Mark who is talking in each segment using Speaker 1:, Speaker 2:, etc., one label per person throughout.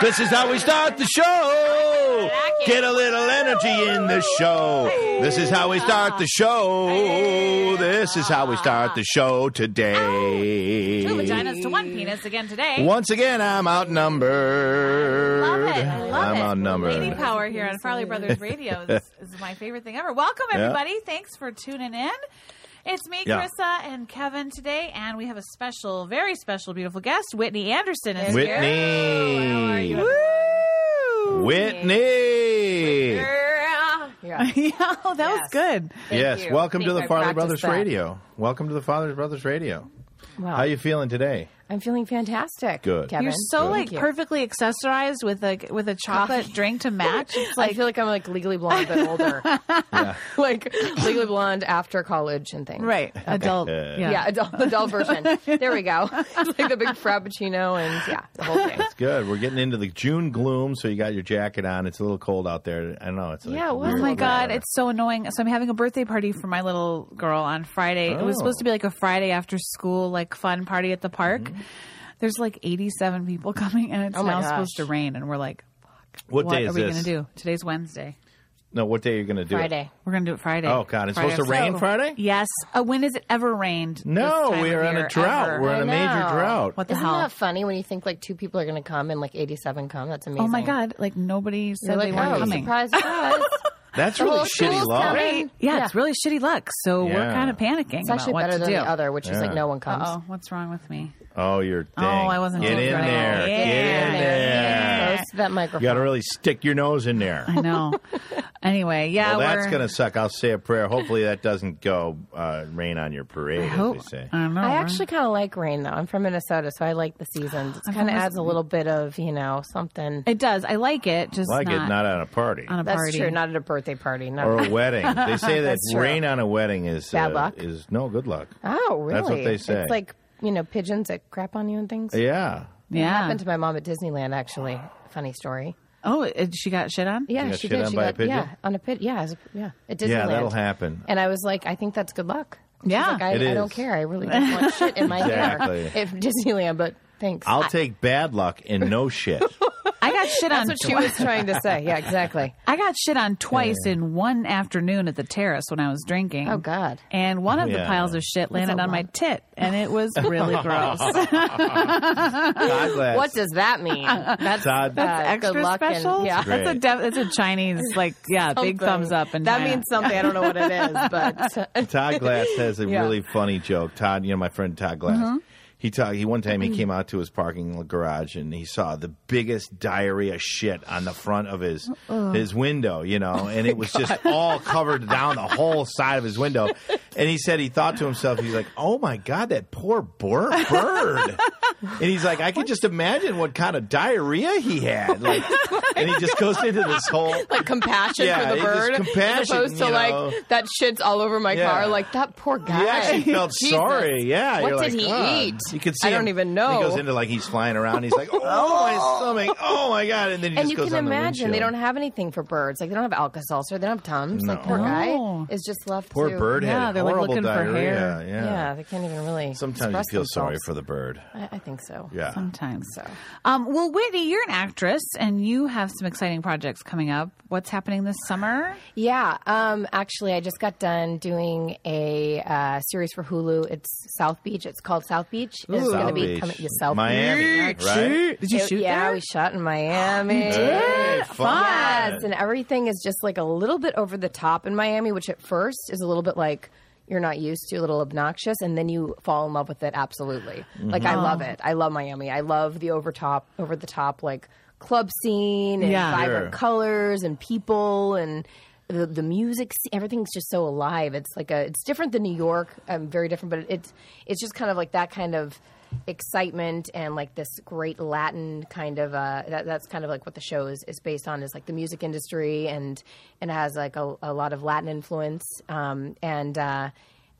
Speaker 1: This is how we start the show. Get a little energy in the show. This is how we start the show. This is how we start the show today.
Speaker 2: Two vaginas to one penis again today.
Speaker 1: Once again, I'm outnumbered.
Speaker 2: Love it. I love
Speaker 1: I'm
Speaker 2: it.
Speaker 1: outnumbered.
Speaker 2: Lady power here on Farley Brothers Radio is, is my favorite thing ever. Welcome,
Speaker 1: Yeah.
Speaker 2: everybody. Thanks for tuning in. It's me,
Speaker 1: Yeah.
Speaker 2: Carissa, and Kevin today, and we have a special, very special, beautiful guest. Whitney Anderson is here.
Speaker 1: Whitney.
Speaker 3: Woo!
Speaker 1: Whitney.
Speaker 3: Girl. Yeah.
Speaker 2: yeah, oh, that was
Speaker 3: Yes.
Speaker 2: good.
Speaker 1: Yes,
Speaker 3: you.
Speaker 1: welcome
Speaker 3: Thank
Speaker 1: to
Speaker 3: you.
Speaker 1: the
Speaker 3: I
Speaker 1: Farley
Speaker 3: practiced
Speaker 1: Brothers
Speaker 3: that.
Speaker 1: Radio. Welcome to the Farley Brothers Radio.
Speaker 3: Wow.
Speaker 1: How you feeling today?
Speaker 3: I'm feeling fantastic.
Speaker 1: Good.
Speaker 3: Kevin.
Speaker 2: You're so
Speaker 3: Thank
Speaker 2: like
Speaker 3: you.
Speaker 2: perfectly accessorized with a with a chocolate drink to match. It's
Speaker 3: I
Speaker 2: like
Speaker 3: feel like I'm like legally blonde but older. Like legally blonde after college and things.
Speaker 2: right adult.
Speaker 1: Yeah.
Speaker 3: Yeah, adult, the adult version. There we go. It's like the big frappuccino and yeah, the whole thing.
Speaker 1: Good. We're getting into the June gloom, so you got your jacket on. It's a little cold out there. I know it's like
Speaker 3: Yeah, it was
Speaker 1: weird
Speaker 2: Oh my
Speaker 3: Love
Speaker 2: god,
Speaker 1: weather.
Speaker 2: it's so annoying. So I'm having a birthday party for my little girl on Friday. It was
Speaker 1: Oh. Mm-hmm.
Speaker 2: supposed to be like a Friday after school, like fun party at the park. There's like 87 people coming, and it's
Speaker 3: Oh my
Speaker 2: now
Speaker 3: gosh.
Speaker 2: supposed to rain. And we're like,
Speaker 1: what,
Speaker 2: what
Speaker 1: day
Speaker 2: are
Speaker 1: is
Speaker 2: we
Speaker 1: this?
Speaker 2: gonna do? Today's Wednesday.
Speaker 1: No, what day are you going to do? it?
Speaker 3: Friday.
Speaker 2: We're gonna do it Friday.
Speaker 1: Oh God, it's
Speaker 2: Friday
Speaker 1: supposed to
Speaker 2: after
Speaker 1: rain
Speaker 2: school.
Speaker 1: Friday.
Speaker 2: Yes. Uh, when has it ever rained? this
Speaker 1: No,
Speaker 2: time
Speaker 1: we
Speaker 2: of
Speaker 1: are in
Speaker 2: year,
Speaker 1: a drought.
Speaker 2: ever?
Speaker 1: We're in a
Speaker 3: I
Speaker 1: major
Speaker 3: know.
Speaker 1: drought.
Speaker 2: what the
Speaker 3: Isn't
Speaker 2: hell?
Speaker 3: that funny when you think like two people are going to come and like 87 come? That's amazing.
Speaker 2: oh my god! Like nobody said
Speaker 3: You're
Speaker 2: they
Speaker 3: like,
Speaker 2: weren't
Speaker 3: oh,
Speaker 2: coming.
Speaker 3: surprise, surprise.
Speaker 1: That's
Speaker 3: The
Speaker 1: really
Speaker 2: Oh,
Speaker 3: whole
Speaker 1: shitty
Speaker 3: school's
Speaker 1: law.
Speaker 3: coming.
Speaker 2: Right? Yeah, it's
Speaker 3: Yeah.
Speaker 2: really shitty luck. So we're
Speaker 1: Yeah.
Speaker 2: kind of panicking
Speaker 3: It's
Speaker 2: about
Speaker 3: actually
Speaker 2: what
Speaker 3: better
Speaker 2: to
Speaker 3: than
Speaker 2: do.
Speaker 3: the other, which is
Speaker 1: Yeah.
Speaker 3: like no one comes.
Speaker 2: Oh, what's wrong with me?
Speaker 1: Oh, you're
Speaker 2: Oh,
Speaker 1: dang.
Speaker 2: I wasn't
Speaker 1: Get
Speaker 2: doing
Speaker 1: in
Speaker 2: it right.
Speaker 1: there.
Speaker 2: Yeah.
Speaker 1: Get in there.
Speaker 3: Close to that microphone.
Speaker 1: You got to really stick your nose in there.
Speaker 2: I know. anyway, yeah,
Speaker 1: Well, that's
Speaker 2: we're,
Speaker 1: going to suck. I'll say a prayer. Hopefully, that doesn't go uh, rain on your parade,
Speaker 2: I
Speaker 1: as
Speaker 2: hope. uh,
Speaker 1: they say.
Speaker 2: I don't know.
Speaker 3: I actually kind of like rain though. I'm from Minnesota, so I like the seasons. It kind of adds a little bit of you know something.
Speaker 2: it does. I like it. Just
Speaker 1: like
Speaker 2: not
Speaker 1: it, not at a party.
Speaker 2: on a
Speaker 3: That's
Speaker 2: party.
Speaker 3: true. Not at a birthday party. Not
Speaker 1: or a wedding. They say that
Speaker 3: That's true.
Speaker 1: rain on a wedding is
Speaker 3: Bad
Speaker 1: uh,
Speaker 3: luck.
Speaker 1: Is no good luck.
Speaker 3: oh, really?
Speaker 1: That's what they say.
Speaker 3: It's like you know pigeons that crap on you and things.
Speaker 1: Yeah.
Speaker 2: yeah.
Speaker 3: Happened to my mom at Disneyland. Actually, funny story.
Speaker 2: Oh, it, she got shit on.
Speaker 3: Yeah,
Speaker 1: got
Speaker 3: she
Speaker 1: shit
Speaker 3: did.
Speaker 1: on
Speaker 3: she
Speaker 1: by a
Speaker 3: got
Speaker 1: pigeon?
Speaker 3: yeah on a pit. Yeah, as a- yeah at Disneyland.
Speaker 1: Yeah, that'll happen.
Speaker 3: And I was like, I think that's good luck. She's
Speaker 2: Yeah.
Speaker 3: like, I,
Speaker 1: It
Speaker 3: I
Speaker 1: is.
Speaker 3: don't care. I really don't want shit in my
Speaker 1: Exactly.
Speaker 3: hair. If Disneyland, but thanks.
Speaker 1: I'll take bad luck and no shit.
Speaker 2: I got shit on.
Speaker 3: that's what she
Speaker 2: twi-
Speaker 3: was trying to say. Yeah, exactly.
Speaker 2: I got shit on twice in one afternoon at the terrace when I was drinking.
Speaker 3: Oh God.
Speaker 2: And one of the
Speaker 1: Yeah.
Speaker 2: piles of shit landed
Speaker 3: a
Speaker 2: on my
Speaker 3: lot.
Speaker 2: tit, and it was really gross.
Speaker 1: God bless.
Speaker 3: What does that mean? That's,
Speaker 1: Todd- That's
Speaker 3: uh,
Speaker 2: Extra
Speaker 3: good luck
Speaker 2: special.
Speaker 3: And, yeah.
Speaker 2: that's a
Speaker 1: Great.
Speaker 2: def- that's a Chinese like yeah big
Speaker 3: Something.
Speaker 2: thumbs up and
Speaker 3: that
Speaker 2: China.
Speaker 3: means something. I don't know what it is, but
Speaker 1: Todd Glass has a
Speaker 3: Yeah. Mm-hmm.
Speaker 1: really funny joke. Todd, you know my friend Todd Glass. He talk, he one time he came out to his parking garage and he saw the biggest diarrhea shit on the front of his
Speaker 3: Uh-uh.
Speaker 1: his window, you know, and it was just all covered down the whole side of his window. And he said he thought to himself, he's like, "Oh my god, that poor bur- bird." and he's like, "I can just imagine what kind of diarrhea he had." Like, and he just goes into this whole
Speaker 3: like compassion
Speaker 1: Yeah,
Speaker 3: for
Speaker 1: it's
Speaker 3: the
Speaker 1: just
Speaker 3: bird, as
Speaker 1: compassion,
Speaker 3: opposed to
Speaker 1: you
Speaker 3: like
Speaker 1: know.
Speaker 3: that shit's all over my
Speaker 1: Yeah.
Speaker 3: car. Like that poor guy.
Speaker 1: He actually felt
Speaker 3: Jesus.
Speaker 1: sorry. Yeah.
Speaker 3: What
Speaker 1: you're
Speaker 3: did
Speaker 1: like,
Speaker 3: he
Speaker 1: "God."
Speaker 3: eat?
Speaker 1: You could see.
Speaker 3: I don't
Speaker 1: him.
Speaker 3: even
Speaker 1: And
Speaker 3: know.
Speaker 1: He goes into like he's flying around. He's like, oh my stomach. Oh my god. And then he
Speaker 3: And
Speaker 1: just
Speaker 3: you
Speaker 1: goes
Speaker 3: can
Speaker 1: on
Speaker 3: imagine
Speaker 1: the
Speaker 3: they
Speaker 1: windshield.
Speaker 3: don't have anything for birds. Like they don't have Alka Seltzer. They don't have Tums. Like
Speaker 1: No.
Speaker 3: poor
Speaker 2: No.
Speaker 3: guy is just left.
Speaker 1: Poor
Speaker 3: to,
Speaker 1: bird
Speaker 2: Yeah,
Speaker 1: had
Speaker 2: they're, like,
Speaker 1: horrible
Speaker 2: looking for
Speaker 1: diarrhea.
Speaker 2: hair.
Speaker 1: Yeah.
Speaker 3: Yeah. they can't even really.
Speaker 1: Sometimes you
Speaker 3: express
Speaker 1: feel sorry
Speaker 3: themselves.
Speaker 1: for the bird.
Speaker 3: I, I think so.
Speaker 1: Yeah.
Speaker 2: Sometimes.
Speaker 3: So.
Speaker 2: Um, well, Whitney, you're an actress and you have some exciting projects coming up. What's happening this summer?
Speaker 3: Yeah, um, actually, I just got done doing a uh, series for Hulu. It's South Beach. It's called South Beach. It's
Speaker 1: South
Speaker 3: going to be
Speaker 1: Beach.
Speaker 3: coming to South
Speaker 1: Miami,
Speaker 3: Beach.
Speaker 1: right?
Speaker 2: Did you
Speaker 3: It-
Speaker 2: shoot
Speaker 3: yeah,
Speaker 2: there?
Speaker 3: we shot in Miami.
Speaker 1: Hey,
Speaker 3: Yes,
Speaker 1: fun.
Speaker 3: and everything is just like a little bit over the top in Miami, which at first is a little bit like you're not used to, a little obnoxious, and then you fall in love with it absolutely.
Speaker 1: Mm-hmm.
Speaker 3: Like I love it. I love Miami. I love the over top, over the top like club scene and
Speaker 2: Yeah.
Speaker 3: vibrant
Speaker 1: Sure.
Speaker 3: colors and people and. The, the music sce- everything's just so alive it's like a it's different than new york um, very different but it's it's just kind of like that kind of excitement and like this great Latin kind of uh, that, that's kind of like what the show is, is based on is like the music industry and and it has like a, a lot of Latin influence um, and uh,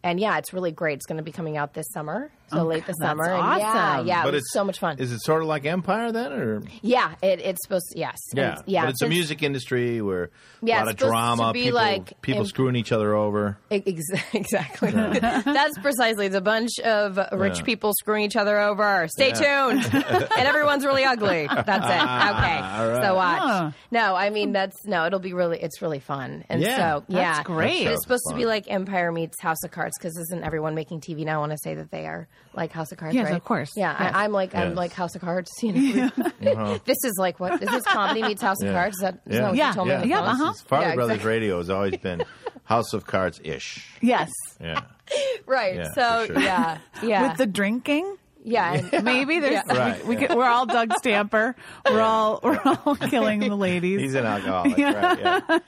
Speaker 3: And yeah, it's really great. It's going to be coming out this summer, so late
Speaker 2: Oh,
Speaker 3: this
Speaker 2: that's
Speaker 3: summer. And yeah,
Speaker 2: awesome.
Speaker 3: yeah, it
Speaker 1: but
Speaker 3: was so much fun.
Speaker 1: Is it sort of like Empire then, or
Speaker 3: yeah, it, it's supposed to, yes, And
Speaker 1: yeah?
Speaker 3: it's- yeah.
Speaker 1: but it's a
Speaker 3: since-
Speaker 1: music industry where
Speaker 3: Yeah,
Speaker 1: a lot
Speaker 3: it's
Speaker 1: of
Speaker 3: supposed
Speaker 1: drama,
Speaker 3: to be
Speaker 1: people,
Speaker 3: like
Speaker 1: people
Speaker 3: Em-
Speaker 1: screwing each other over.
Speaker 3: Ex- Exactly. That's precisely. It's a bunch of rich
Speaker 1: Yeah.
Speaker 3: people screwing each other over. Stay tuned. and everyone's really ugly. That's it. Okay.
Speaker 1: Ah, all right.
Speaker 3: So watch.
Speaker 2: Huh.
Speaker 3: No, I mean, that's, no, it'll be really, it's really fun. And
Speaker 1: Yeah.
Speaker 3: so, yeah.
Speaker 2: That's great.
Speaker 3: But it's
Speaker 1: That sounds
Speaker 3: supposed to be
Speaker 1: fun.
Speaker 3: like Empire meets House of Cards because isn't everyone making TV now? I want to say that they are like House of Cards,
Speaker 2: Yes,
Speaker 3: right?
Speaker 2: of course.
Speaker 3: Yeah.
Speaker 2: Yes.
Speaker 3: I, I'm like, I'm
Speaker 1: Yes.
Speaker 3: like House of Cards. You know? this is like what, is this comedy meets House
Speaker 1: Yeah.
Speaker 3: of Cards? Is that, is
Speaker 1: Yeah.
Speaker 3: that what
Speaker 2: Yeah.
Speaker 3: you told me?
Speaker 1: Yeah,
Speaker 3: on the
Speaker 2: Yeah,
Speaker 3: phone?
Speaker 2: uh-huh.
Speaker 1: It's Farley
Speaker 3: Yeah,
Speaker 1: Brothers
Speaker 3: exactly.
Speaker 1: Radio has always been House of Cards ish.
Speaker 2: Yes.
Speaker 1: Yeah,
Speaker 3: Right.
Speaker 1: Yeah,
Speaker 3: so,
Speaker 1: for sure.
Speaker 3: yeah. Yeah.
Speaker 2: With the drinking.
Speaker 3: yeah. and-
Speaker 2: Maybe there's
Speaker 3: Yeah.
Speaker 1: Right,
Speaker 2: we, we
Speaker 1: yeah.
Speaker 2: could, we're all Doug Stamper. We're all we're all killing the ladies.
Speaker 1: he's an alcoholic. Right?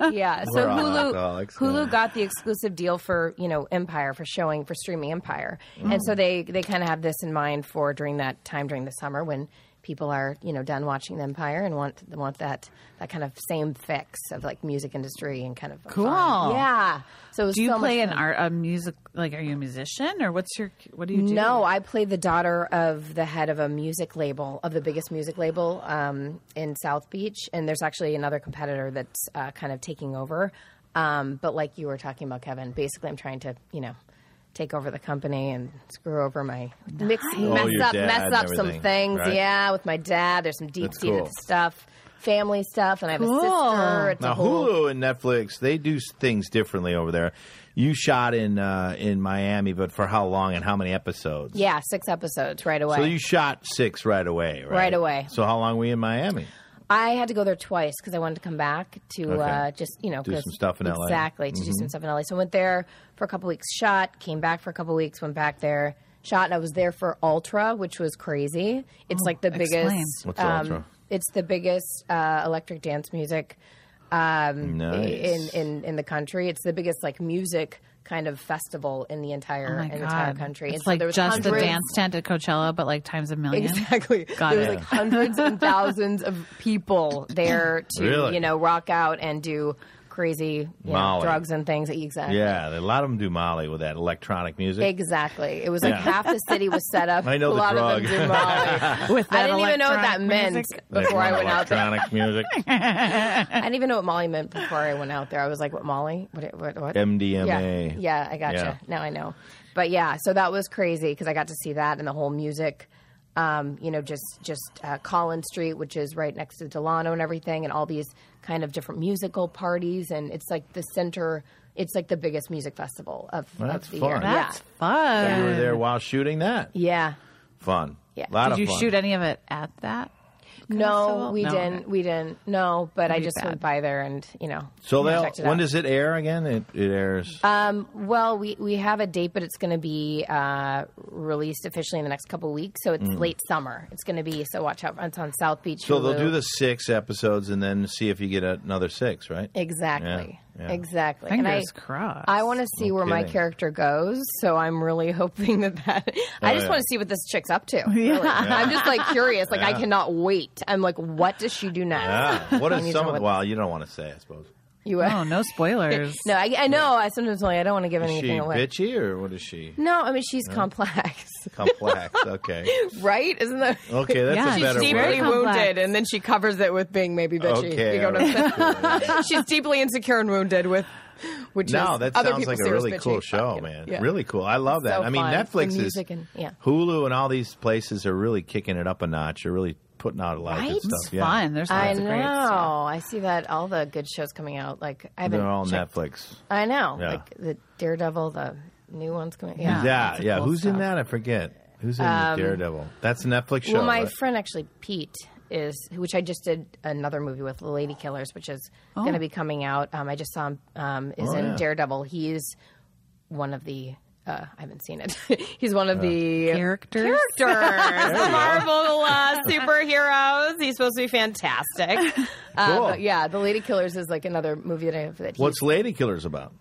Speaker 1: Yeah.
Speaker 3: yeah. So
Speaker 1: We're all
Speaker 3: Hulu
Speaker 1: alcoholics,
Speaker 3: Hulu
Speaker 1: yeah.
Speaker 3: got the exclusive deal for you know Empire for showing for streaming Empire,
Speaker 1: Mm.
Speaker 3: and so they they kind of have this in mind for during that time during the summer when people are you know done watching Empire and want want that that kind of same fix of like music industry and kind of fun.
Speaker 2: Cool.
Speaker 3: Yeah. So it was
Speaker 2: do you
Speaker 3: so
Speaker 2: play an
Speaker 3: much fun.
Speaker 2: art a music like are you a musician or what's your what do you do?
Speaker 3: No, I played the daughter of the head of a music label, of the biggest music label um, in South Beach. And there's actually another competitor that's uh, kind of taking over. Um, but like you were talking about, Kevin, basically I'm trying to, you know, take over the company and screw over my mix, mess
Speaker 1: your
Speaker 3: up,
Speaker 1: dad
Speaker 3: mess
Speaker 1: and
Speaker 3: up some
Speaker 1: everything,
Speaker 3: things.
Speaker 1: right?
Speaker 3: Yeah, with my dad, there's some deep seated
Speaker 1: cool.
Speaker 3: stuff, family stuff, and I have
Speaker 2: Cool.
Speaker 3: a sister. It's a
Speaker 1: Now
Speaker 3: whole,
Speaker 1: Hulu and Netflix, they do s- things differently over there. You shot in uh, in Miami, but for how long and how many episodes?
Speaker 3: yeah, six episodes right away.
Speaker 1: So you shot six right away, right?
Speaker 3: Right away.
Speaker 1: So how long were you in Miami?
Speaker 3: I had to go there twice because I wanted to come back to uh,
Speaker 1: Okay.
Speaker 3: just you know
Speaker 1: Do
Speaker 3: 'cause-
Speaker 1: some stuff in Mm-hmm. LA.
Speaker 3: Exactly to do some stuff in LA. So I went there for a couple weeks, shot, came back for a couple weeks, went back there, shot, and I was there for Ultra, which was crazy. It's like the
Speaker 2: Oh, explain.
Speaker 3: biggest. um,
Speaker 1: What's Ultra?
Speaker 3: It's the biggest uh, electric dance music um,
Speaker 1: Nice.
Speaker 3: in, in in the country. It's the biggest like music kind of festival in the entire
Speaker 2: Oh my
Speaker 3: in the entire
Speaker 2: God.
Speaker 3: country.
Speaker 2: It's
Speaker 3: And so
Speaker 2: like
Speaker 3: there was
Speaker 2: just the
Speaker 3: hundreds-
Speaker 2: dance tent at Coachella, but like times a million.
Speaker 3: Exactly.
Speaker 2: Got
Speaker 3: there was
Speaker 2: it.
Speaker 3: like hundreds and thousands of people there to
Speaker 1: Really?
Speaker 3: you know rock out and do crazy you know,
Speaker 1: Molly.
Speaker 3: drugs and things. Exactly.
Speaker 1: Yeah, a lot of them do Molly with that electronic music.
Speaker 3: Exactly. It was like
Speaker 1: Yeah.
Speaker 3: half the city was set up.
Speaker 1: I know
Speaker 3: a
Speaker 1: the
Speaker 3: lot
Speaker 1: drug.
Speaker 3: of them do Molly.
Speaker 2: With
Speaker 3: I
Speaker 2: that
Speaker 3: didn't even know what
Speaker 2: electronic
Speaker 3: that meant
Speaker 2: music.
Speaker 1: They
Speaker 3: before I
Speaker 1: want
Speaker 3: went out there.
Speaker 1: electronic music,
Speaker 3: I didn't even know what Molly meant before I went out there. I was like, "What Molly? What? What? what?
Speaker 1: MDMA.
Speaker 3: Yeah, yeah, I gotcha.
Speaker 1: Yeah.
Speaker 3: Now I know. But yeah, so that was crazy because I got to see that and the whole music. Um, you know, just just uh, Collins Street, which is right next to Delano and everything, and all these kind of different musical parties, and it's like the center. It's like the biggest music festival of, of
Speaker 1: That's
Speaker 3: the
Speaker 1: fun.
Speaker 3: year.
Speaker 2: That's
Speaker 3: yeah,
Speaker 2: fun.
Speaker 1: You were there while shooting that.
Speaker 3: yeah.
Speaker 1: Fun.
Speaker 3: Yeah.
Speaker 1: Lot
Speaker 2: Did
Speaker 1: of
Speaker 2: you
Speaker 1: fun.
Speaker 2: shoot any of it at that?
Speaker 3: No,
Speaker 2: Festival?
Speaker 3: we
Speaker 2: No,
Speaker 3: didn't.
Speaker 2: okay.
Speaker 3: We didn't. No, but I
Speaker 2: That'd be
Speaker 3: just
Speaker 2: bad.
Speaker 3: went by there and you know.
Speaker 1: So they'll,
Speaker 3: checked it
Speaker 1: when
Speaker 3: out. Uh,
Speaker 1: does it air again? It, it airs.
Speaker 3: Well, we, we have a date, but it's going to be uh, released officially in the next couple weeks. So it's late summer. It's going to be so watch out. It's on South Beach.
Speaker 1: Mm. so they'll
Speaker 3: Hulu.
Speaker 1: do the six episodes and then see if you get another six, right?
Speaker 3: exactly,
Speaker 1: Yeah, yeah.
Speaker 3: exactly. And I,
Speaker 2: Fingers crossed.
Speaker 3: I want to see where my
Speaker 1: kidding.
Speaker 3: character goes. So I'm really hoping that that. I
Speaker 1: Oh,
Speaker 3: just
Speaker 1: yeah.
Speaker 3: want to see what this chick's up to. really. I'm just like curious. Like I
Speaker 1: Yeah.
Speaker 3: cannot wait. I'm like, what does she do next?
Speaker 1: Yeah. Ah, What
Speaker 3: I
Speaker 1: is
Speaker 3: need to
Speaker 1: some
Speaker 3: know
Speaker 1: of the,
Speaker 3: what-
Speaker 1: well, you don't want to say, I suppose.
Speaker 3: You.
Speaker 2: Oh, no spoilers.
Speaker 3: no, I, I know. I sometimes like I don't want to give
Speaker 1: Is she
Speaker 3: anything away.
Speaker 1: bitchy or what is she?
Speaker 3: No, I mean she's complex,
Speaker 1: Complex. Okay.
Speaker 3: right? Isn't that?
Speaker 1: Okay, that's
Speaker 2: Yeah,
Speaker 1: a
Speaker 2: she's
Speaker 1: better
Speaker 2: deep-
Speaker 1: word.
Speaker 3: deeply
Speaker 2: Very complex.
Speaker 3: wounded, and then she covers it with being maybe bitchy.
Speaker 1: Okay.
Speaker 3: You know
Speaker 1: all
Speaker 3: what I'm saying?
Speaker 1: right.
Speaker 3: She's deeply insecure and wounded with. Which
Speaker 1: No,
Speaker 3: is
Speaker 1: that
Speaker 3: other
Speaker 1: sounds
Speaker 3: people
Speaker 1: like
Speaker 3: see
Speaker 1: a
Speaker 3: her as
Speaker 1: really
Speaker 3: bitchy,
Speaker 1: cool
Speaker 3: but,
Speaker 1: show,
Speaker 3: you know,
Speaker 1: man.
Speaker 3: yeah.
Speaker 1: Really cool. I love that.
Speaker 3: So
Speaker 1: I mean,
Speaker 3: fun.
Speaker 1: Netflix
Speaker 3: The
Speaker 1: is Oh,
Speaker 3: music and- yeah.
Speaker 1: Hulu and all these places are really kicking it up a notch. They're really putting out a lot of
Speaker 3: Right?
Speaker 1: good stuff.
Speaker 2: it's
Speaker 1: yeah.
Speaker 2: fun. There's lots
Speaker 3: I
Speaker 2: of
Speaker 3: know.
Speaker 2: great stuff.
Speaker 3: I see that all the good shows coming out. Like I haven't.
Speaker 1: They're all
Speaker 3: checked.
Speaker 1: Netflix.
Speaker 3: I know.
Speaker 1: Yeah.
Speaker 3: Like the Daredevil, the new ones coming. Yeah.
Speaker 1: Yeah,
Speaker 2: lots of
Speaker 1: yeah.
Speaker 2: cool
Speaker 1: Who's in
Speaker 2: stuff.
Speaker 1: that? I forget. Who's in the Daredevil? That's a Netflix show.
Speaker 3: Um, Well, my
Speaker 1: right?
Speaker 3: friend actually Pete is, which I just did another movie with, The Lady Killers, which is going to be coming out. Um, I just saw him um, is
Speaker 1: Oh,
Speaker 3: in
Speaker 1: yeah.
Speaker 3: Daredevil. He's one of the. Uh, I haven't seen it. He's one
Speaker 1: Uh,
Speaker 3: of the
Speaker 2: Characters.
Speaker 3: characters, the Marvel uh, superheroes. He's supposed to be fantastic. Uh,
Speaker 1: Cool.
Speaker 3: but yeah, The Lady Killers is like another movie that I have. That he-
Speaker 1: What's Lady Killers about?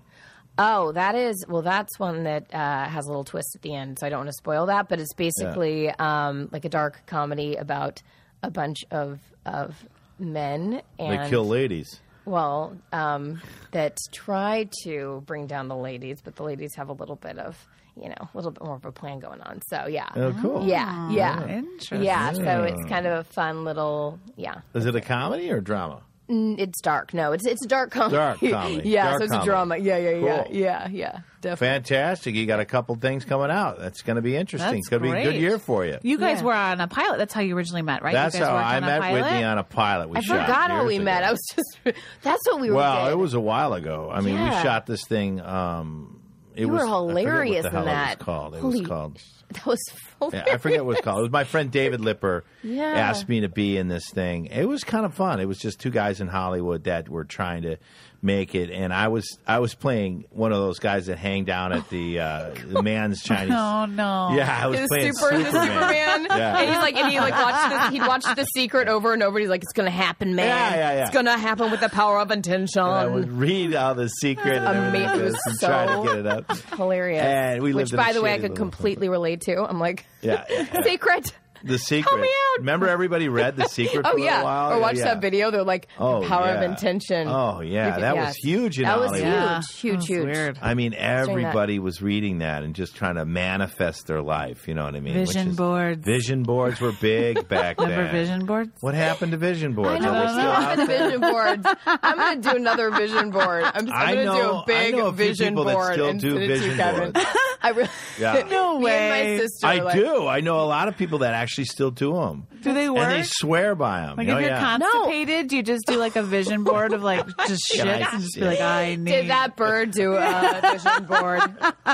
Speaker 3: Oh, that is well. That's one that uh, has a little twist at the end, so I don't want to spoil that. But it's basically um, like a dark comedy about a bunch of of men
Speaker 1: They
Speaker 3: and
Speaker 1: kill ladies.
Speaker 3: well, um, that try to bring down the ladies, but the ladies have a little bit of, you know, a little bit more of a plan going on. So yeah,
Speaker 1: Oh, cool.
Speaker 2: Ah.
Speaker 3: yeah, yeah,
Speaker 2: Interesting.
Speaker 3: yeah. So it's kind of a fun little, yeah.
Speaker 1: Is it a comedy or drama?
Speaker 3: Mm, It's dark. No, it's it's dark comedy.
Speaker 1: Dark comedy.
Speaker 3: yeah,
Speaker 1: Dark
Speaker 3: so it's
Speaker 1: comedy.
Speaker 3: a drama. Yeah, yeah, yeah,
Speaker 1: Cool.
Speaker 3: yeah, yeah. Definitely.
Speaker 1: Fantastic. You got a couple things coming out. That's going to be interesting.
Speaker 2: That's
Speaker 1: it's going to be a good
Speaker 2: great.
Speaker 1: year for you.
Speaker 2: You guys
Speaker 3: Yeah.
Speaker 2: were on a pilot. That's how you originally met, right? You
Speaker 1: That's
Speaker 2: guys
Speaker 1: how
Speaker 2: worked
Speaker 1: I
Speaker 2: on a
Speaker 1: met
Speaker 2: pilot?
Speaker 1: Whitney on a pilot. We
Speaker 3: I
Speaker 1: shot
Speaker 3: forgot how
Speaker 1: years
Speaker 3: we
Speaker 1: ago.
Speaker 3: met. I was just that's what we were.
Speaker 1: Well,
Speaker 3: did.
Speaker 1: it was a while ago. I mean, we
Speaker 3: Yeah.
Speaker 1: shot this thing. Um, it
Speaker 3: You
Speaker 1: was
Speaker 3: were
Speaker 1: I forget what the
Speaker 3: hilarious in
Speaker 1: hell
Speaker 3: that.
Speaker 1: It was called. It
Speaker 3: Holy-
Speaker 1: was called.
Speaker 3: that was full.
Speaker 1: Yeah, I forget what it's called. It was my friend David Lipper
Speaker 3: Yeah.
Speaker 1: asked me to be in this thing. It was kind of fun. It was just two guys in Hollywood that were trying to make it, and I was I was playing one of those guys that hang down at the uh, the man's Chinese.
Speaker 2: Oh no.
Speaker 1: Yeah, I was,
Speaker 3: It was
Speaker 1: playing
Speaker 3: super the
Speaker 1: Superman.
Speaker 3: Superman.
Speaker 1: Yeah.
Speaker 3: And he's like, and he like watched this. He'd watched The Secret over and over. He's like, it's gonna happen, man.
Speaker 1: Yeah, yeah, yeah.
Speaker 3: It's gonna happen with the power of intention.
Speaker 1: And I would read all the secret and everything like
Speaker 3: Amazing.
Speaker 1: this and try to get it up.
Speaker 3: Hilarious.
Speaker 1: And we lived
Speaker 3: Which,
Speaker 1: in
Speaker 3: by
Speaker 1: a
Speaker 3: the way, I
Speaker 1: shitty
Speaker 3: could
Speaker 1: little-
Speaker 3: completely relate to. I'm like,
Speaker 1: Yeah, yeah, yeah.
Speaker 3: secret.
Speaker 1: The secret.
Speaker 3: me out.
Speaker 1: Remember, everybody read the secret.
Speaker 3: Oh
Speaker 1: for a little
Speaker 3: yeah,
Speaker 1: while?
Speaker 3: or
Speaker 1: Yeah,
Speaker 3: watch
Speaker 1: yeah.
Speaker 3: that video. They're like,
Speaker 1: Oh,
Speaker 3: the power of
Speaker 1: yeah.
Speaker 3: intention.
Speaker 1: Oh
Speaker 3: You
Speaker 1: yeah,
Speaker 3: could-
Speaker 1: that
Speaker 3: yes.
Speaker 1: was huge. In
Speaker 3: That was
Speaker 1: Hollywood.
Speaker 2: Yeah.
Speaker 3: Huge,
Speaker 2: That was
Speaker 3: huge, huge.
Speaker 2: Weird.
Speaker 1: I mean,
Speaker 3: that.
Speaker 1: everybody was reading that and just trying to manifest their life. You know what I mean? Which
Speaker 2: Vision
Speaker 1: is-
Speaker 2: boards.
Speaker 1: Vision boards were big back then.
Speaker 2: Remember vision boards?
Speaker 1: What happened to vision
Speaker 3: I
Speaker 1: boards?
Speaker 3: know
Speaker 1: Are they
Speaker 3: we're
Speaker 1: still
Speaker 3: still
Speaker 1: out
Speaker 3: having
Speaker 1: there?
Speaker 3: vision boards. I'm gonna do another vision board. I'm,
Speaker 1: I
Speaker 3: I'm gonna do
Speaker 1: know-
Speaker 3: a big
Speaker 1: I know a few
Speaker 3: vision
Speaker 1: people that
Speaker 3: board
Speaker 1: still
Speaker 3: and
Speaker 1: do
Speaker 3: send it
Speaker 1: vision
Speaker 3: to Kevin.
Speaker 1: boards.
Speaker 3: I really,
Speaker 1: Yeah.
Speaker 2: No
Speaker 3: me
Speaker 2: way.
Speaker 3: And my sister,
Speaker 1: I
Speaker 3: like,
Speaker 1: do. I know a lot of people that actually still do them.
Speaker 2: Do they work?
Speaker 1: And they swear by them.
Speaker 2: like if you're constipated, you just do like a vision board of like just shit
Speaker 1: Can I-
Speaker 2: and just be like, I need
Speaker 3: Did that bird do a vision board?